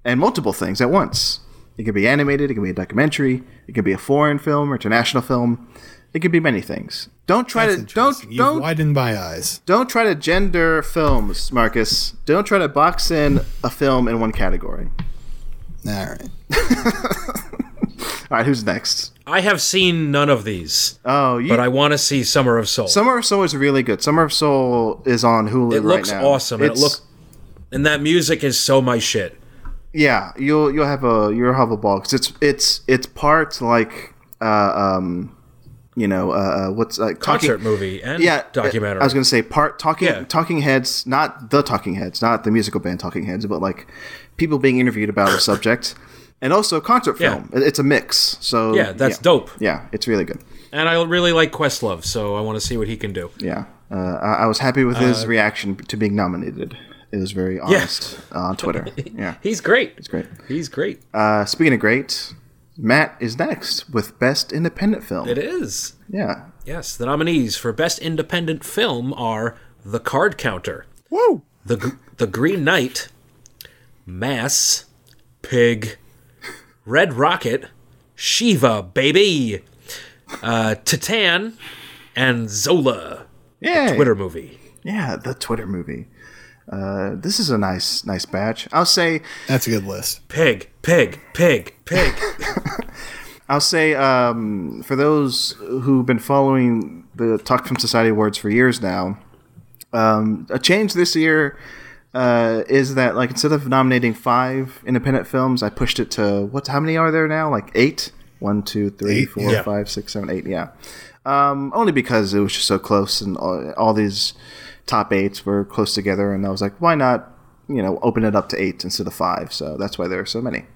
Speaker 1: and multiple things at once. It can be animated, it can be a documentary, it can be a foreign film or international film. It can be many things. Don't try
Speaker 3: That's
Speaker 1: to Uh, don't
Speaker 3: interesting. You've
Speaker 1: don't
Speaker 3: widened my eyes.
Speaker 1: don't try to gender films, Marcus. Don't try to box in a film in one category.
Speaker 3: All right.
Speaker 1: All right, who's next?
Speaker 2: I have seen none of these,
Speaker 1: Oh, you.
Speaker 2: but I want to see Summer of Soul.
Speaker 1: Summer of Soul is really good. Summer of Soul is on Hulu
Speaker 2: it
Speaker 1: right
Speaker 2: looks
Speaker 1: now.
Speaker 2: awesome. And it
Speaker 1: It's-
Speaker 2: looks. And that music is so my shit.
Speaker 1: Yeah, you'll you'll have a you'll have a ball 'cause it's it's it's part like uh, um, you know uh, uh, what's uh, talking,
Speaker 2: Concert movie and
Speaker 1: Yeah,
Speaker 2: documentary.
Speaker 1: I was gonna say part talking
Speaker 2: Yeah.
Speaker 1: Talking Heads, not the Talking Heads, not the musical band Talking Heads, but like people being interviewed about a subject, *coughs* and also concert
Speaker 2: Yeah.
Speaker 1: film. It- It's a mix. So
Speaker 2: yeah, that's dope.
Speaker 1: Yeah, it's really good.
Speaker 2: And I really like Questlove, so I want to see what he can do.
Speaker 1: Yeah, uh, I, I was happy with
Speaker 2: Uh,
Speaker 1: his reaction to being nominated. It was very honest uh, on
Speaker 2: *laughs*
Speaker 1: Twitter. Yeah,
Speaker 2: He's great.
Speaker 1: it's great.
Speaker 2: He's great.
Speaker 1: Uh, speaking of great, Matt is next with Best Independent Film.
Speaker 2: it is.
Speaker 1: Yeah.
Speaker 2: Yes, the nominees for Best Independent Film are The Card Counter,
Speaker 3: Whoa.
Speaker 2: The Gr- The Green Knight, Mass, Pig, Red Rocket, Shiva Baby, uh, Titan, and Zola
Speaker 1: Yeah.
Speaker 2: Twitter movie.
Speaker 1: Yeah, the Twitter movie. Uh, this is a nice, nice batch. I'll say,
Speaker 3: That's a good list.
Speaker 2: Pig, pig, pig, pig.
Speaker 1: I'll say, um, for those who've been following the Talk Film Society awards for years now, um, a change this year uh, is that like instead of nominating five independent films, I pushed it to what? How many are there now? Like eight? One, two, three,
Speaker 3: Eight,
Speaker 1: four,
Speaker 2: yeah.
Speaker 1: five, six, seven, eight, Yeah. Um, only because it was just so close, and all, all these top eights were close together, and I was like, why not? You know, open it up to eight instead of five. So that's why there are so many.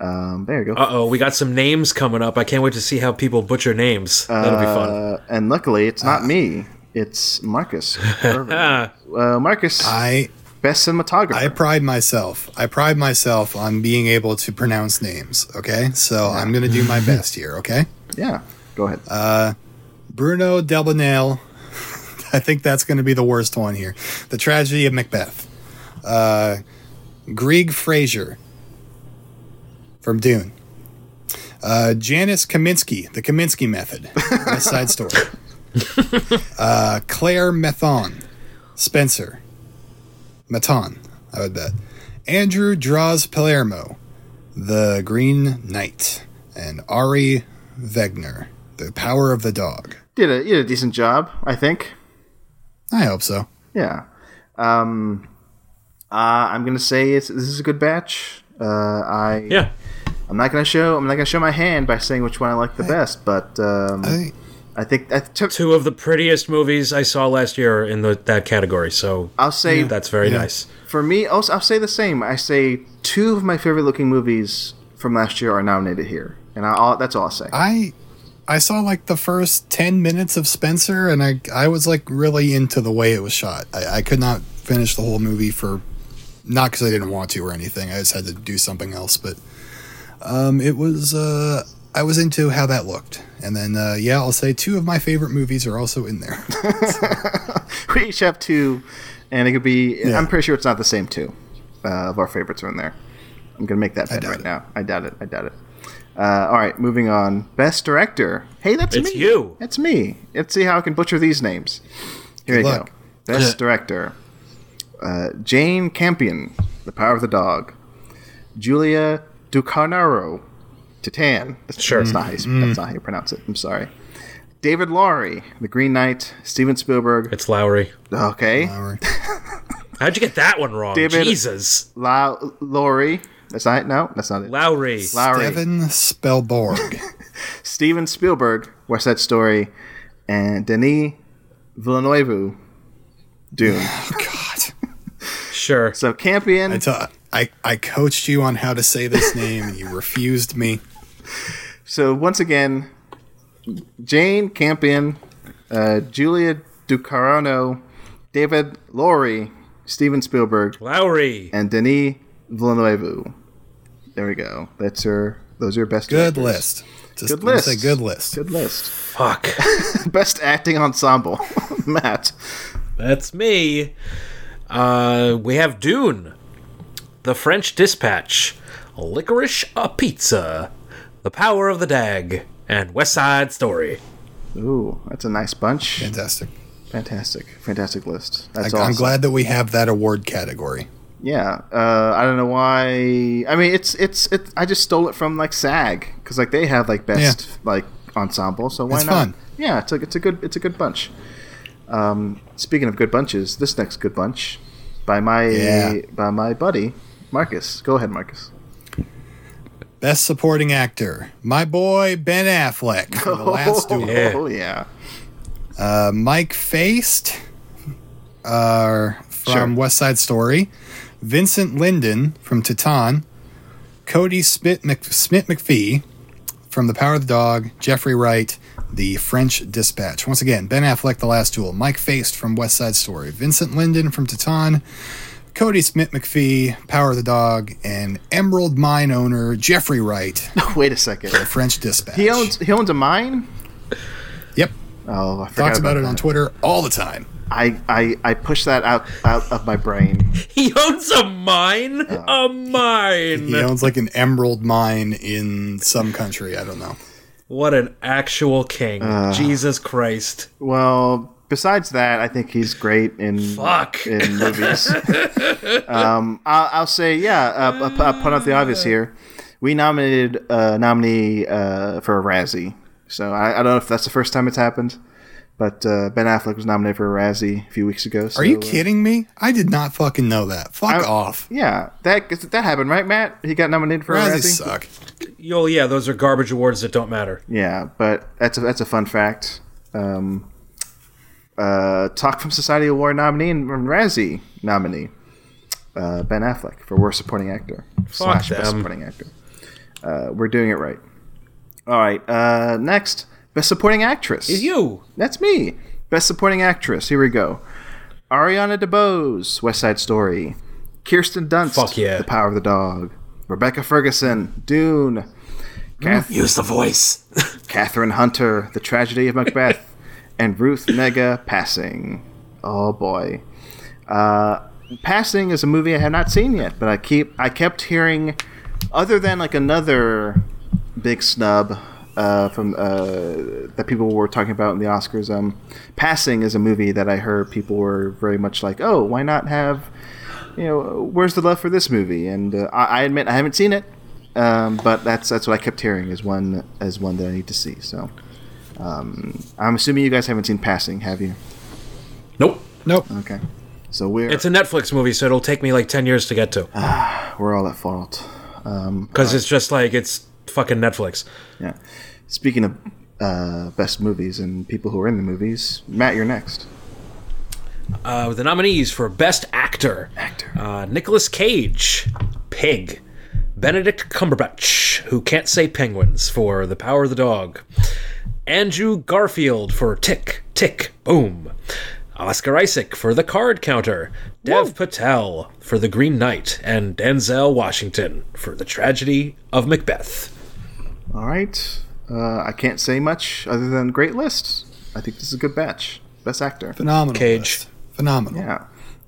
Speaker 1: Um, there you go.
Speaker 2: Uh oh, we got some names coming up. I can't wait to see how people butcher names. That'll be fun.
Speaker 1: Uh, and luckily, it's not me. It's Marcus.
Speaker 2: *laughs*
Speaker 1: Irvin. uh, Marcus,
Speaker 3: I
Speaker 1: best cinematographer.
Speaker 3: I pride myself. I pride myself on being able to pronounce names. Okay, so I'm gonna do my best here. Okay,
Speaker 1: yeah, go ahead. Uh,
Speaker 3: Bruno Delbonnel. *laughs* I think that's gonna be the worst one here. The tragedy of Macbeth. Uh, Grieg Fraser from Dune. Uh, Janice Kaminsky, the Kaminsky Method, West Side Story. Uh, Claire Methon, Spencer, Maton, I would bet. Andrew draws Palermo, The Green Knight, and Ari Vegner, The Power of the Dog.
Speaker 1: did a you did a decent job, I think.
Speaker 3: I hope so.
Speaker 1: Yeah. Um, uh, I'm gonna say it's, this is a good batch. Uh, I
Speaker 2: yeah.
Speaker 1: I'm not gonna show I'm not gonna show my hand by saying which one I like the best, but um,
Speaker 3: I
Speaker 1: I,
Speaker 3: think
Speaker 1: think I took,
Speaker 2: Two of the prettiest movies I saw last year are in the, that category, so
Speaker 1: I'll say
Speaker 2: that's very nice.
Speaker 1: for me. Also, I'll say the same. I say two of my favorite looking movies from last year are nominated here, and I'll, that's all I'll say.
Speaker 3: I I saw like the first ten minutes of Spencer, and I I was like really into the way it was shot. I, I could not finish the whole movie for not because I didn't want to or anything. I just had to do something else, but um, it was uh, I was into how that looked. And then uh, yeah, I'll say two of my favorite movies are also in there. *laughs*
Speaker 1: *laughs* We each have two, and it could be.
Speaker 3: Yeah.
Speaker 1: I'm pretty sure it's not the same two uh, of our favorites are in there. I'm gonna make that bet
Speaker 3: doubt
Speaker 1: right
Speaker 3: it.
Speaker 1: now. I doubt it. I doubt it. Uh, all right, moving on. Best director. Hey, that's
Speaker 2: It's
Speaker 1: me.
Speaker 2: you.
Speaker 1: That's me. Let's see how I can butcher these names. Here you
Speaker 3: Good luck.
Speaker 1: go. Best director. Uh, Jane Campion, The Power of the Dog. Julia Ducarnaro, Titan. That's,
Speaker 2: Sure.
Speaker 1: That's not, how you,
Speaker 3: Mm-hmm.
Speaker 1: that's not how you pronounce it. I'm sorry. David Laurie, The Green Knight. Steven Spielberg.
Speaker 2: It's Lowry.
Speaker 1: Okay.
Speaker 3: However,
Speaker 2: How'd you get that one wrong?
Speaker 1: David-
Speaker 2: Jesus.
Speaker 1: Lau- Laurie. That's not no. That's not it.
Speaker 2: Lowry.
Speaker 1: Lowry.
Speaker 3: Devin *laughs* Spellborg.
Speaker 1: Steven Spielberg. West Side Story, and Denis Villeneuve. Dune.
Speaker 3: *sighs* God.
Speaker 2: Sure.
Speaker 1: So Campion.
Speaker 3: I ta- I I coached you on how to say this name, and you refused me.
Speaker 1: so once again, Jane Campion, uh, Julia Ducarano, David Laurie, Steven Spielberg,
Speaker 2: Lowry.
Speaker 1: and Denis Villeneuve. There we go. That's her. Those are your best.
Speaker 3: Good
Speaker 1: directors.
Speaker 3: list. Just
Speaker 1: Good
Speaker 3: gonna
Speaker 1: list.
Speaker 3: Say good list.
Speaker 1: Good list. *laughs*
Speaker 2: Fuck.
Speaker 1: Best acting ensemble. *laughs* Matt.
Speaker 2: That's me. Uh, we have Dune, The French Dispatch, Licorice a Pizza, The Power of the Dag, and West Side Story. *laughs*
Speaker 1: Ooh, that's a nice bunch.
Speaker 3: Fantastic.
Speaker 1: Fantastic, fantastic list.
Speaker 3: I,
Speaker 1: That's
Speaker 3: I'm
Speaker 1: awesome.
Speaker 3: glad that we have that award category.
Speaker 1: Yeah, uh, I don't know why. I mean, it's it's it. I just stole it from like SAG because like they have like best like ensemble. So why
Speaker 3: It's
Speaker 1: not?
Speaker 3: fun.
Speaker 1: Yeah, it's like it's a good it's a good bunch. Um, speaking of good bunches, this next good bunch by my
Speaker 3: Yeah.
Speaker 1: by my buddy Marcus. Go ahead, Marcus.
Speaker 3: Best supporting actor, my boy Ben Affleck for
Speaker 1: *laughs*
Speaker 3: the last duel.
Speaker 2: Yeah.
Speaker 1: Oh yeah.
Speaker 3: Uh, Mike Faced uh, from
Speaker 1: Sure.
Speaker 3: West Side Story, Vincent Linden from Titan, Cody Smith, Mc, Smith McPhee from The Power of the Dog, Jeffrey Wright, The French Dispatch. Once again, Ben Affleck, The Last Duel, Mike Faced from West Side Story, Vincent Linden from Titan, Cody Smith McPhee, Power of the Dog, and Emerald Mine owner Jeffrey Wright,
Speaker 1: Wait a second.
Speaker 3: The
Speaker 1: *laughs*
Speaker 3: French Dispatch.
Speaker 1: He owns he owns a mine.
Speaker 3: Yep.
Speaker 1: Oh, I forgot
Speaker 3: Talks about,
Speaker 1: about
Speaker 3: it on
Speaker 1: that.
Speaker 3: Twitter all the time.
Speaker 1: I, I I pushed that out out of my brain.
Speaker 2: He owns a mine? A mine!
Speaker 3: He owns like an emerald mine in some country. I don't know.
Speaker 2: What an actual king. Jesus Christ.
Speaker 1: Well, besides that, I think he's great in
Speaker 2: Fuck.
Speaker 1: in movies. um, I'll, I'll say, yeah. Uh, p- uh, put out the obvious here. We nominated a nominee uh, for a Razzie, so I, I don't know if that's the first time it's happened, but uh, Ben Affleck was nominated for a Razzie a few weeks ago. so,
Speaker 3: Are you
Speaker 1: uh,
Speaker 3: kidding me? I did not fucking know that. Fuck
Speaker 1: I-
Speaker 3: off.
Speaker 1: yeah, that that happened, right, Matt? He got nominated for a
Speaker 3: Razzies
Speaker 1: Razzie.
Speaker 3: suck.
Speaker 2: Yo, yeah, those are garbage awards that don't matter.
Speaker 1: Yeah, but that's a, that's a fun fact. Um, uh, Talk from Society Award nominee and Razzie nominee, uh, Ben Affleck for Worst Supporting Actor slash Best
Speaker 2: them.
Speaker 1: Supporting Actor. Uh, we're doing it right. All right. Uh, next, Best Supporting Actress.
Speaker 2: It's you.
Speaker 1: That's me. Best Supporting Actress. Here we go. Ariana DeBose, West Side Story. Kirsten Dunst,
Speaker 2: Fuck yeah.
Speaker 1: The Power of the Dog. Rebecca Ferguson, Dune. Kath-
Speaker 2: Use the voice.
Speaker 1: Catherine Hunter, The Tragedy of Macbeth, and Ruth Nega Passing. Oh boy. Uh, Passing is a movie I have not seen yet, but I keep I kept hearing, other than like another big snub uh, from uh, that people were talking about in the Oscars. Um, Passing is a movie that I heard people were very much like, oh, why not have, you know, where's the love for this movie? And uh, I, I admit I haven't seen it, um, but that's that's what I kept hearing is one as one that I need to see. So. Um, I'm assuming you guys haven't seen Passing, have you?
Speaker 2: Nope.
Speaker 3: Nope.
Speaker 1: Okay, so we're
Speaker 2: It's a Netflix movie, so it'll take me like 10 years to get to.
Speaker 1: we're all at fault. Um,
Speaker 2: Because it's just like, it's fucking Netflix.
Speaker 1: yeah. Speaking of uh, best movies and people who are in the movies, Matt, you're next.
Speaker 2: Uh, the nominees for Best Actor:
Speaker 1: Actor.
Speaker 2: uh, Nicholas Cage, Pig; Benedict Cumberbatch, who can't say penguins for The Power of the Dog; Andrew Garfield for Tick, Tick, Boom. Oscar Isaac for The Card Counter. Dev Patel for The Green Knight. And Denzel Washington for The Tragedy of Macbeth.
Speaker 1: All right. Uh, I can't say much other than great list. I think this is a good batch. Best actor.
Speaker 3: Phenomenal.
Speaker 2: Cage.
Speaker 3: list. Phenomenal.
Speaker 1: Yeah.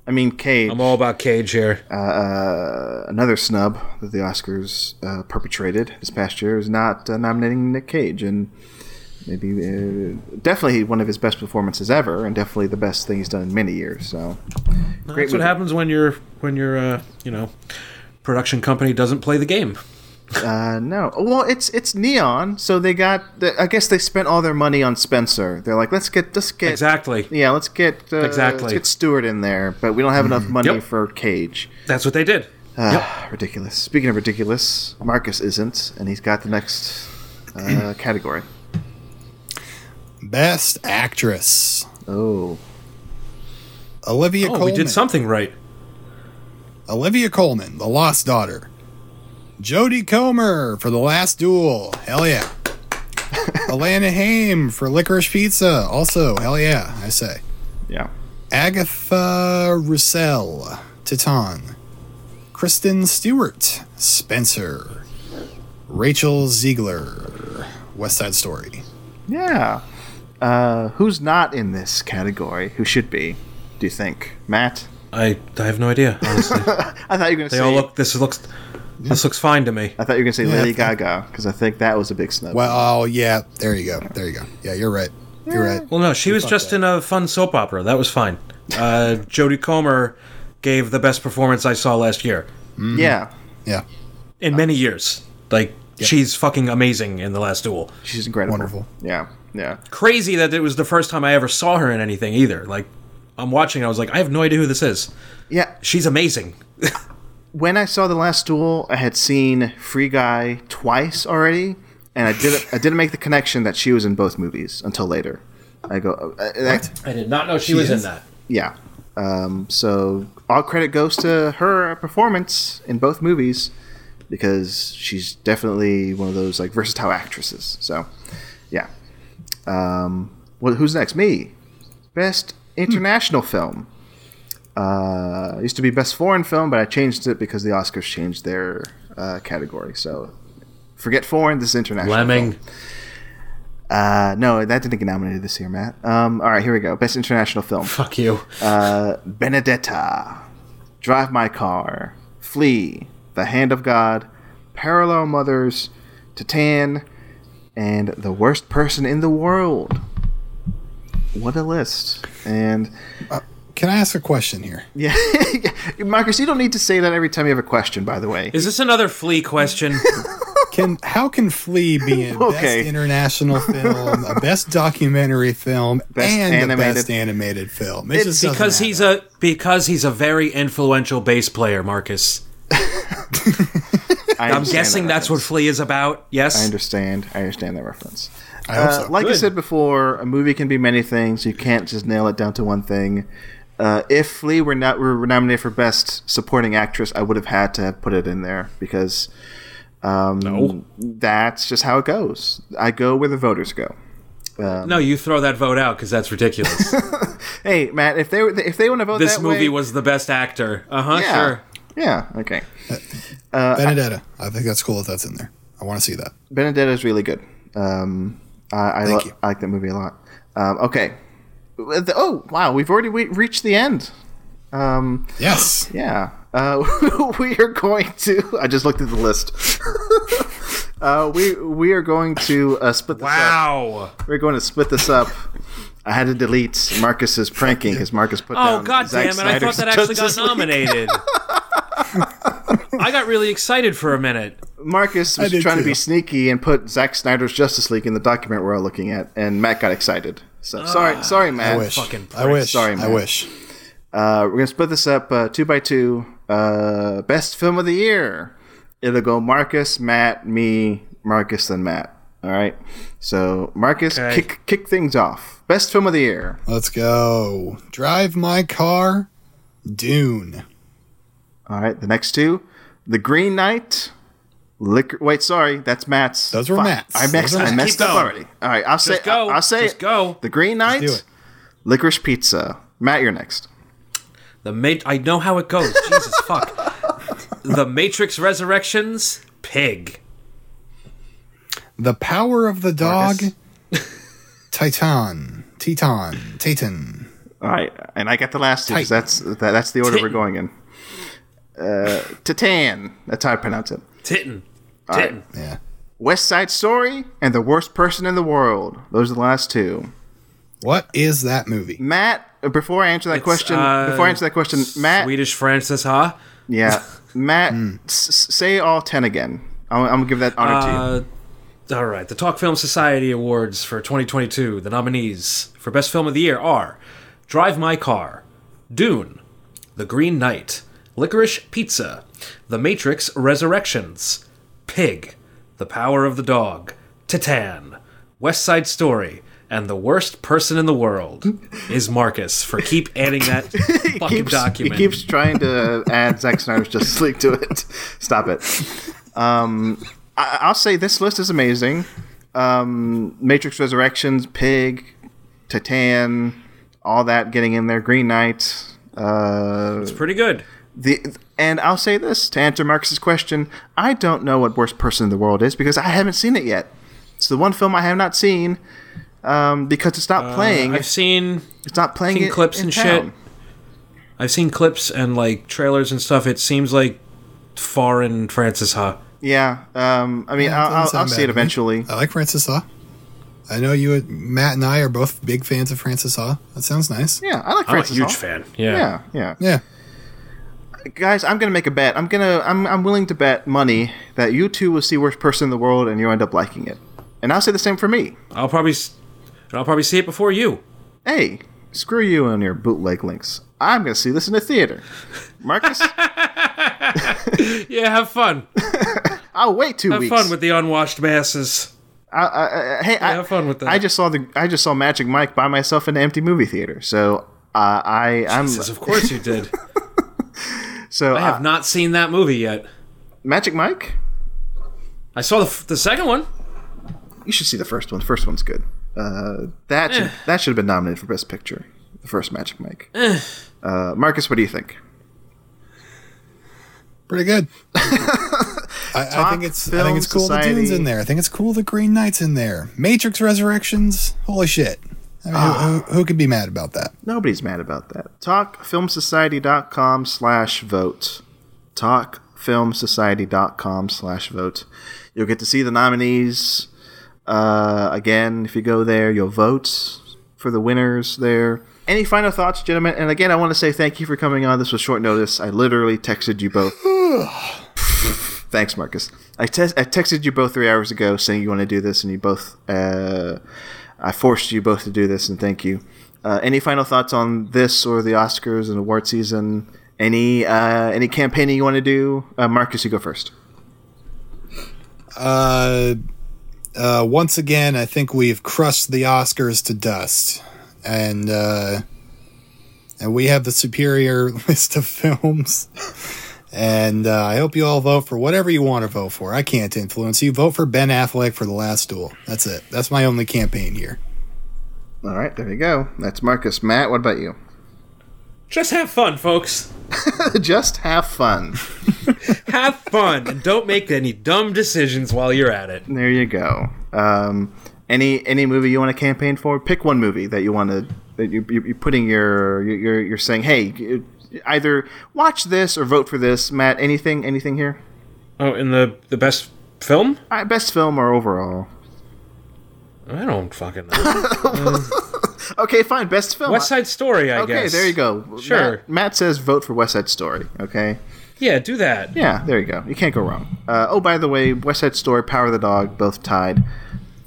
Speaker 1: I mean, Cage,
Speaker 2: I'm all about Cage here.
Speaker 1: uh, another snub that the Oscars uh, perpetrated this past year, is not uh, nominating Nick Cage. And maybe, uh, definitely one of his best performances ever, and definitely the best thing he's done in many years. So, great
Speaker 2: That's what
Speaker 1: movie.
Speaker 2: happens when your when your uh, you know production company doesn't play the game.
Speaker 1: Uh, no. Well, it's it's neon, so they got. The, I guess they spent all their money on Spencer. They're like, let's get let's get
Speaker 2: Exactly.
Speaker 1: yeah, let's get uh,
Speaker 2: Exactly. Mm-hmm.
Speaker 1: let's get Stewart in there, but we don't have enough money
Speaker 2: Yep.
Speaker 1: for Cage.
Speaker 2: That's what they did.
Speaker 1: Ah, ridiculous. Speaking of ridiculous, Marcus isn't, and he's got the next uh, category.
Speaker 3: Best actress.
Speaker 1: Oh,
Speaker 3: Olivia
Speaker 2: Oh,
Speaker 3: Colman.
Speaker 2: we did something right.
Speaker 3: Olivia Colman, The Lost Daughter. Jodie Comer for The Last Duel. Hell yeah. *laughs* Alana Haim for Licorice Pizza. Also, hell yeah, I say.
Speaker 1: yeah.
Speaker 3: Agatha Russell, Titan. Kristen Stewart, Spencer. Rachel Ziegler, West Side Story.
Speaker 1: Yeah. Uh, who's not in this category? Who should be? Do you think, Matt?
Speaker 2: I I have no idea. Honestly,
Speaker 1: I thought you were going to
Speaker 2: they
Speaker 1: say.
Speaker 2: all look. This looks. This looks fine to me.
Speaker 1: I thought you were going to say Lady
Speaker 3: I think-
Speaker 1: Gaga because I think that was a big snub.
Speaker 3: Well, oh, yeah, there you go. There you go. Yeah, you're right. You're right.
Speaker 2: Well, no, she was just in a fun soap opera. That was fine. *laughs* Uh, Jodie Comer gave the best performance I saw last year
Speaker 1: Yeah,
Speaker 3: Yeah,
Speaker 2: in many years. Like she's fucking amazing in the Last Duel.
Speaker 1: she's incredible.
Speaker 3: Wonderful.
Speaker 1: Yeah, yeah.
Speaker 2: Crazy that it was the first time I ever saw her in anything either. Like I'm watching, I was like, I have no idea who this is.
Speaker 1: Yeah,
Speaker 2: She's amazing.
Speaker 1: when I saw the last duel, I had seen Free Guy twice already, and I didn't I didn't make the connection that she was in both movies until later. I go, uh, uh, that,
Speaker 2: I did not know she, was
Speaker 3: is?
Speaker 2: in that.
Speaker 1: yeah. Um, so all credit goes to her performance in both movies because she's definitely one of those like versatile actresses. So, yeah. Um, well, who's next? Me. Best international film. Uh, it used to be best foreign film, but I changed it because the Oscars changed their uh, category. So forget foreign. This is international.
Speaker 2: Lemming.
Speaker 1: film. Uh, no, that didn't get nominated this year, Matt. Um, all right, here we go. Best international film.
Speaker 2: Fuck you.
Speaker 1: Uh, Benedetta, Drive My Car, Flee, The Hand of God, Parallel Mothers, Titan, and The Worst Person in the World. What a list. And *laughs*
Speaker 3: Can I ask a question here?
Speaker 1: yeah, Marcus, you don't need to say that every time you have a question, by the way.
Speaker 2: Is this another flea question? *laughs*
Speaker 3: Can how can Flea be
Speaker 1: *laughs*
Speaker 3: a
Speaker 1: Okay.
Speaker 3: best international film, a best documentary film,
Speaker 1: *laughs* Best
Speaker 3: and
Speaker 1: animated-
Speaker 3: the best animated film? It
Speaker 1: It's
Speaker 3: just doesn't
Speaker 2: because he's
Speaker 3: add up.
Speaker 2: a because he's a very influential bass player, Marcus.
Speaker 1: I
Speaker 2: *laughs* I'm
Speaker 1: understand
Speaker 2: guessing
Speaker 1: that
Speaker 2: that's what
Speaker 1: reference.
Speaker 2: Flea is about. Yes.
Speaker 1: I understand. I understand that reference.
Speaker 3: I hope
Speaker 1: Uh,
Speaker 3: so.
Speaker 1: like I
Speaker 2: Good.
Speaker 1: said before, a movie can be many things. You can't just nail it down to one thing. Uh, if Flea were not were nominated for best supporting actress, I would have had to have put it in there because um, that's just how it goes. I go where the voters go.
Speaker 2: No, you throw that vote out because that's
Speaker 1: *laughs*
Speaker 2: ridiculous. Hey,
Speaker 1: Hey, Matt, if they were if they want to vote
Speaker 2: this
Speaker 1: that way-
Speaker 2: movie was the best actor. Uh huh.
Speaker 1: yeah,
Speaker 2: Sure.
Speaker 1: yeah, okay.
Speaker 3: Benedetta.
Speaker 1: uh,
Speaker 3: I think that's cool if that's in there. I want to see that.
Speaker 1: Benedetta is really good. Um, I, I,
Speaker 3: Thank
Speaker 1: lo-
Speaker 3: you.
Speaker 1: I like that movie a lot. Um, okay. With the- Oh wow, we've already we- reached the end. Um,
Speaker 3: Yes.
Speaker 1: Yeah. Uh, *laughs* we are going to. I just looked at the list. *laughs* uh, we we are going to uh, split this up.
Speaker 2: Wow.
Speaker 1: We're going to split this up. I had to delete Marcus's pranking because Marcus put
Speaker 2: Oh
Speaker 1: down.
Speaker 2: god
Speaker 1: Zack
Speaker 2: damn it! I thought
Speaker 1: Snyder's
Speaker 2: that actually got
Speaker 1: Justice League. *laughs*
Speaker 2: nominated. I got really excited for a minute.
Speaker 1: Marcus was
Speaker 3: did
Speaker 1: trying to
Speaker 3: too.
Speaker 1: be sneaky and put Zack Snyder's Justice League in the document we're all looking at, and Matt got excited.
Speaker 2: Ah.
Speaker 1: So sorry, sorry, Matt.
Speaker 3: I wish.
Speaker 2: fucking
Speaker 3: I wish.
Speaker 1: Sorry,
Speaker 3: I
Speaker 1: man.
Speaker 3: wish.
Speaker 1: Uh, we're gonna split this up uh, two by two. Uh, best film of the year. It'll go Marcus, Matt, me, Marcus, then Matt. All right. So Marcus,
Speaker 2: Okay.
Speaker 1: kick kick things off. Best film of the year.
Speaker 3: Let's go. Drive my car. Dune.
Speaker 1: All right. The next two, The Green Knight, Liquor. Wait, sorry, that's Matt's.
Speaker 3: Those were
Speaker 1: Fuck,
Speaker 3: Matt's.
Speaker 1: I messed.
Speaker 3: Those were
Speaker 1: I
Speaker 3: Matt's.
Speaker 1: messed
Speaker 2: Keep
Speaker 1: up
Speaker 2: going.
Speaker 1: already. All right, I'll say.
Speaker 2: Just go.
Speaker 1: I- I'll say.
Speaker 2: Just go.
Speaker 1: The Green
Speaker 3: do it.
Speaker 1: Knight, licorice pizza. Matt, you're next.
Speaker 2: The Ma- I know how
Speaker 1: *laughs*
Speaker 2: it goes. Jesus fuck. The Matrix Resurrections, pig.
Speaker 3: The Power of the Dog,
Speaker 1: Marcus.
Speaker 3: *laughs* Titan, Titan, Titan.
Speaker 1: All right, and I got the last two. 'cause
Speaker 3: Titan.
Speaker 1: That's that, that's the order we're
Speaker 2: Titan.
Speaker 1: going in. Uh, Titan. That's how I pronounce it.
Speaker 2: Titten.
Speaker 1: right.
Speaker 2: Titten.
Speaker 3: Yeah.
Speaker 1: West Side Story and The Worst Person in the World. Those are the last two.
Speaker 3: What is that movie?
Speaker 1: Matt, before I answer that question,
Speaker 2: uh,
Speaker 1: before I answer that question, Matt,
Speaker 2: Swedish Francis, huh? *laughs*
Speaker 1: yeah, Matt, s- s- say all ten again. I'm, I'm gonna give that honor to you.
Speaker 2: Uh, all right. The Talk Film Society Awards for 2022. The nominees for Best Film of the Year are Drive My Car, Dune, The Green Knight, Licorice Pizza, The Matrix Resurrections, Pig, The Power of the Dog, Titan, West Side Story, and The Worst Person in
Speaker 1: *laughs*
Speaker 2: the World is Marcus for keep adding that
Speaker 1: He
Speaker 2: fucking
Speaker 1: keeps,
Speaker 2: document.
Speaker 1: He keeps trying to add Zack Snyder's
Speaker 2: *laughs*
Speaker 1: Justice League to it. Stop it. Um, I, I'll say this list is amazing. Um, Matrix Resurrections, Pig, Titan, all that getting in there. Green Knight. Uh,
Speaker 2: it's pretty good.
Speaker 1: the and I'll say this to answer Marcus's question: I don't know what worst person in the world is because I haven't seen it yet. It's the one film I have not seen um, because it's not playing.
Speaker 2: Uh, I've seen
Speaker 1: it's not playing
Speaker 2: seen
Speaker 1: it
Speaker 2: clips
Speaker 1: in
Speaker 2: and
Speaker 1: town.
Speaker 2: shit. I've seen clips and like trailers and stuff. It seems like foreign Francis Ha.
Speaker 1: Yeah, um, I mean,
Speaker 3: Yeah,
Speaker 1: I'll,
Speaker 3: doesn't
Speaker 1: I'll, I'll
Speaker 3: sound
Speaker 1: see
Speaker 3: bad
Speaker 1: it
Speaker 3: to me.
Speaker 1: eventually.
Speaker 3: I like Francis Ha. I know you, and- Matt, and I are both big fans of Francis Ha. That sounds nice.
Speaker 1: Yeah, I like
Speaker 2: I'm a
Speaker 1: Francis.
Speaker 2: huge
Speaker 1: Hall.
Speaker 2: fan. Yeah.
Speaker 1: Yeah, yeah,
Speaker 3: Yeah.
Speaker 1: Guys, I'm gonna make a bet. I'm gonna, I'm, I'm willing to bet money that you two will see worst person in the world, and you end up liking it. And I'll say the same for me.
Speaker 2: I'll probably s- and I'll probably see it before you.
Speaker 1: Hey, screw you and your bootleg links. I'm gonna see this in the theater.
Speaker 2: *laughs*
Speaker 1: Marcus,
Speaker 2: Yeah, have fun.
Speaker 1: I'll wait two
Speaker 2: Have
Speaker 1: weeks.
Speaker 2: fun with the unwashed masses.
Speaker 1: I, I, I, hey, I,
Speaker 2: have fun with that.
Speaker 1: I just saw the, I just saw Magic Mike by myself in an empty movie theater. So uh, I, I'm,
Speaker 2: Jesus, of course you
Speaker 1: *laughs*
Speaker 2: did.
Speaker 1: so
Speaker 2: I have
Speaker 1: uh,
Speaker 2: not seen that movie yet.
Speaker 1: Magic Mike.
Speaker 2: I saw the, f- the second one.
Speaker 1: you should see the first one. The first one's good. Uh, that should, that should have been nominated for Best Picture. The first Magic Mike. uh, Marcus, what do you think? *laughs*
Speaker 3: Pretty good. I, I think it's I think it's cool
Speaker 1: Film
Speaker 3: the Dune's
Speaker 1: Society.
Speaker 3: in there. I think it's cool the Green Knight's in there. Matrix Resurrections. Holy shit. I mean, who,
Speaker 1: Ah.
Speaker 3: who, who could be mad about that?
Speaker 1: Nobody's mad about that. TalkFilmSociety.com slash vote. TalkFilmSociety.com slash vote. You'll get to see the nominees. Uh, again, if you go there, you'll vote for the winners there. Any final thoughts, gentlemen? And again, I want to say thank you for coming on. This was short notice. I literally texted you both. Thanks, Marcus. I, te- I texted you both three hours ago saying you want to do this, and you both. Uh, I forced you both to do this, and thank you. Uh, any final thoughts on this or the Oscars and award season? Any uh, any campaigning you want to do? Uh, Marcus, you go first.
Speaker 3: Uh, uh, once again, I think we've crushed the Oscars to dust, and uh, and we have the superior *laughs* list of films. and uh, I hope you all vote for whatever you want to vote for. I can't influence you. Vote for Ben Affleck for The Last Duel. That's it. That's my only campaign here.
Speaker 1: All right, there you go. That's Marcus. Matt, what about you? *laughs*
Speaker 2: Just have fun, folks.
Speaker 1: Just have fun.
Speaker 2: Have fun and don't make any dumb decisions while you're at it.
Speaker 1: There you go. Um, any any movie you want to campaign for? Pick one movie that you want to that you, you, you're putting your you're you're saying, hey, you- either watch this or vote for this. Matt, anything anything here?
Speaker 2: Oh, in the the best film?
Speaker 1: All right, best film or overall?
Speaker 2: I don't fucking
Speaker 1: *laughs*
Speaker 2: know.
Speaker 1: Okay, fine, best film.
Speaker 2: West Side Story, I
Speaker 1: okay,
Speaker 2: guess.
Speaker 1: there you go.
Speaker 2: Sure.
Speaker 1: Matt, Matt says vote for West Side Story. Okay.
Speaker 2: Yeah, do that.
Speaker 1: Yeah, there you go. You can't go wrong. Uh, oh, by the way, West Side Story, Power of the Dog, both tied.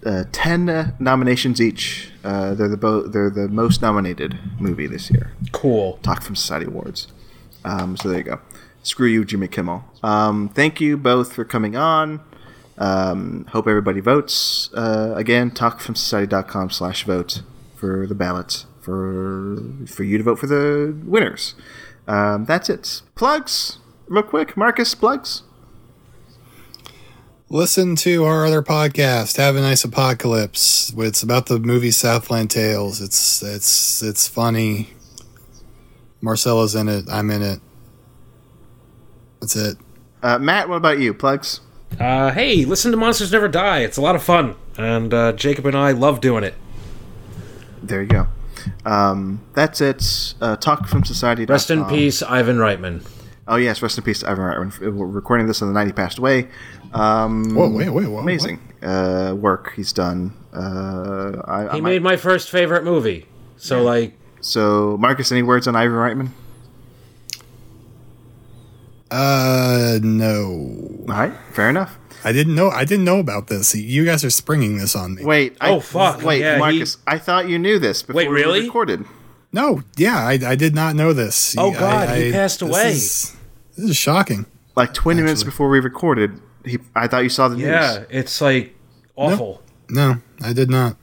Speaker 1: Uh, ten uh, nominations each. Uh, they're the bo- they're the most nominated movie this year.
Speaker 2: Cool.
Speaker 1: Talk from Society Awards. Um, so there you go. Screw you, Jimmy Kimmel. Um, thank you both for coming on. Um, hope everybody votes. Uh, again, talkfromsociety.com slash vote for the ballots for for you to vote for the winners. Um, that's it. Plugs, real quick. Marcus, plugs.
Speaker 3: Listen to our other podcast, Have a Nice Apocalypse. It's about the movie Southland Tales. It's it's it's funny. Marcella's in it. I'm in it. That's it.
Speaker 1: Uh, Matt, what about you? Plugs?
Speaker 2: Uh, hey, listen to Monsters Never Die. It's a lot of fun, and uh, Jacob and I love doing it.
Speaker 1: There you go. Um, that's it. Uh, talk from society.
Speaker 2: Rest in peace, Ivan Reitman.
Speaker 1: Oh yes, rest in peace, to Ivan Reitman. We're recording this on the night he passed away. Um,
Speaker 3: Whoa, wait, wait, whoa,
Speaker 1: amazing uh, work he's done. Uh, I, I
Speaker 2: He
Speaker 1: might-
Speaker 2: made my first favorite movie. So like,
Speaker 1: so, Marcus, any words on Ivan Reitman?
Speaker 3: what? Uh, no.
Speaker 1: All right, fair enough.
Speaker 3: I didn't know. I didn't know about this. You guys are springing this on me.
Speaker 1: Wait. I,
Speaker 2: Oh, fuck,
Speaker 1: Wait,
Speaker 2: yeah, he-
Speaker 1: Marcus. I thought you knew this. Before
Speaker 2: Wait,
Speaker 1: we
Speaker 2: really?
Speaker 1: recorded.
Speaker 3: No, yeah, I, I did not know this.
Speaker 2: Oh,
Speaker 3: I-
Speaker 2: God, he
Speaker 3: I-
Speaker 2: passed
Speaker 3: this
Speaker 2: away.
Speaker 3: Is, this is shocking.
Speaker 1: Like twenty minutes
Speaker 3: Actually.
Speaker 1: before we recorded. He, I thought you saw the news.
Speaker 2: yeah, it's like awful.
Speaker 3: No, I did not.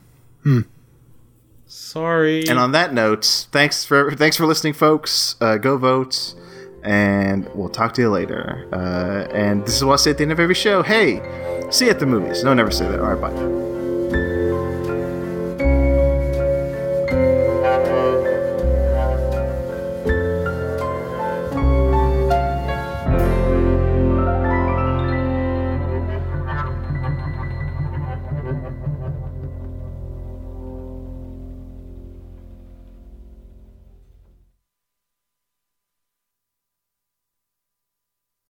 Speaker 2: Sorry.
Speaker 1: And on that note, thanks for thanks for listening, folks. Uh, go vote, and we'll talk to you later. Uh, and this is what I say at the end of every show. Hey, see you at the movies. No, never say that. All right, bye.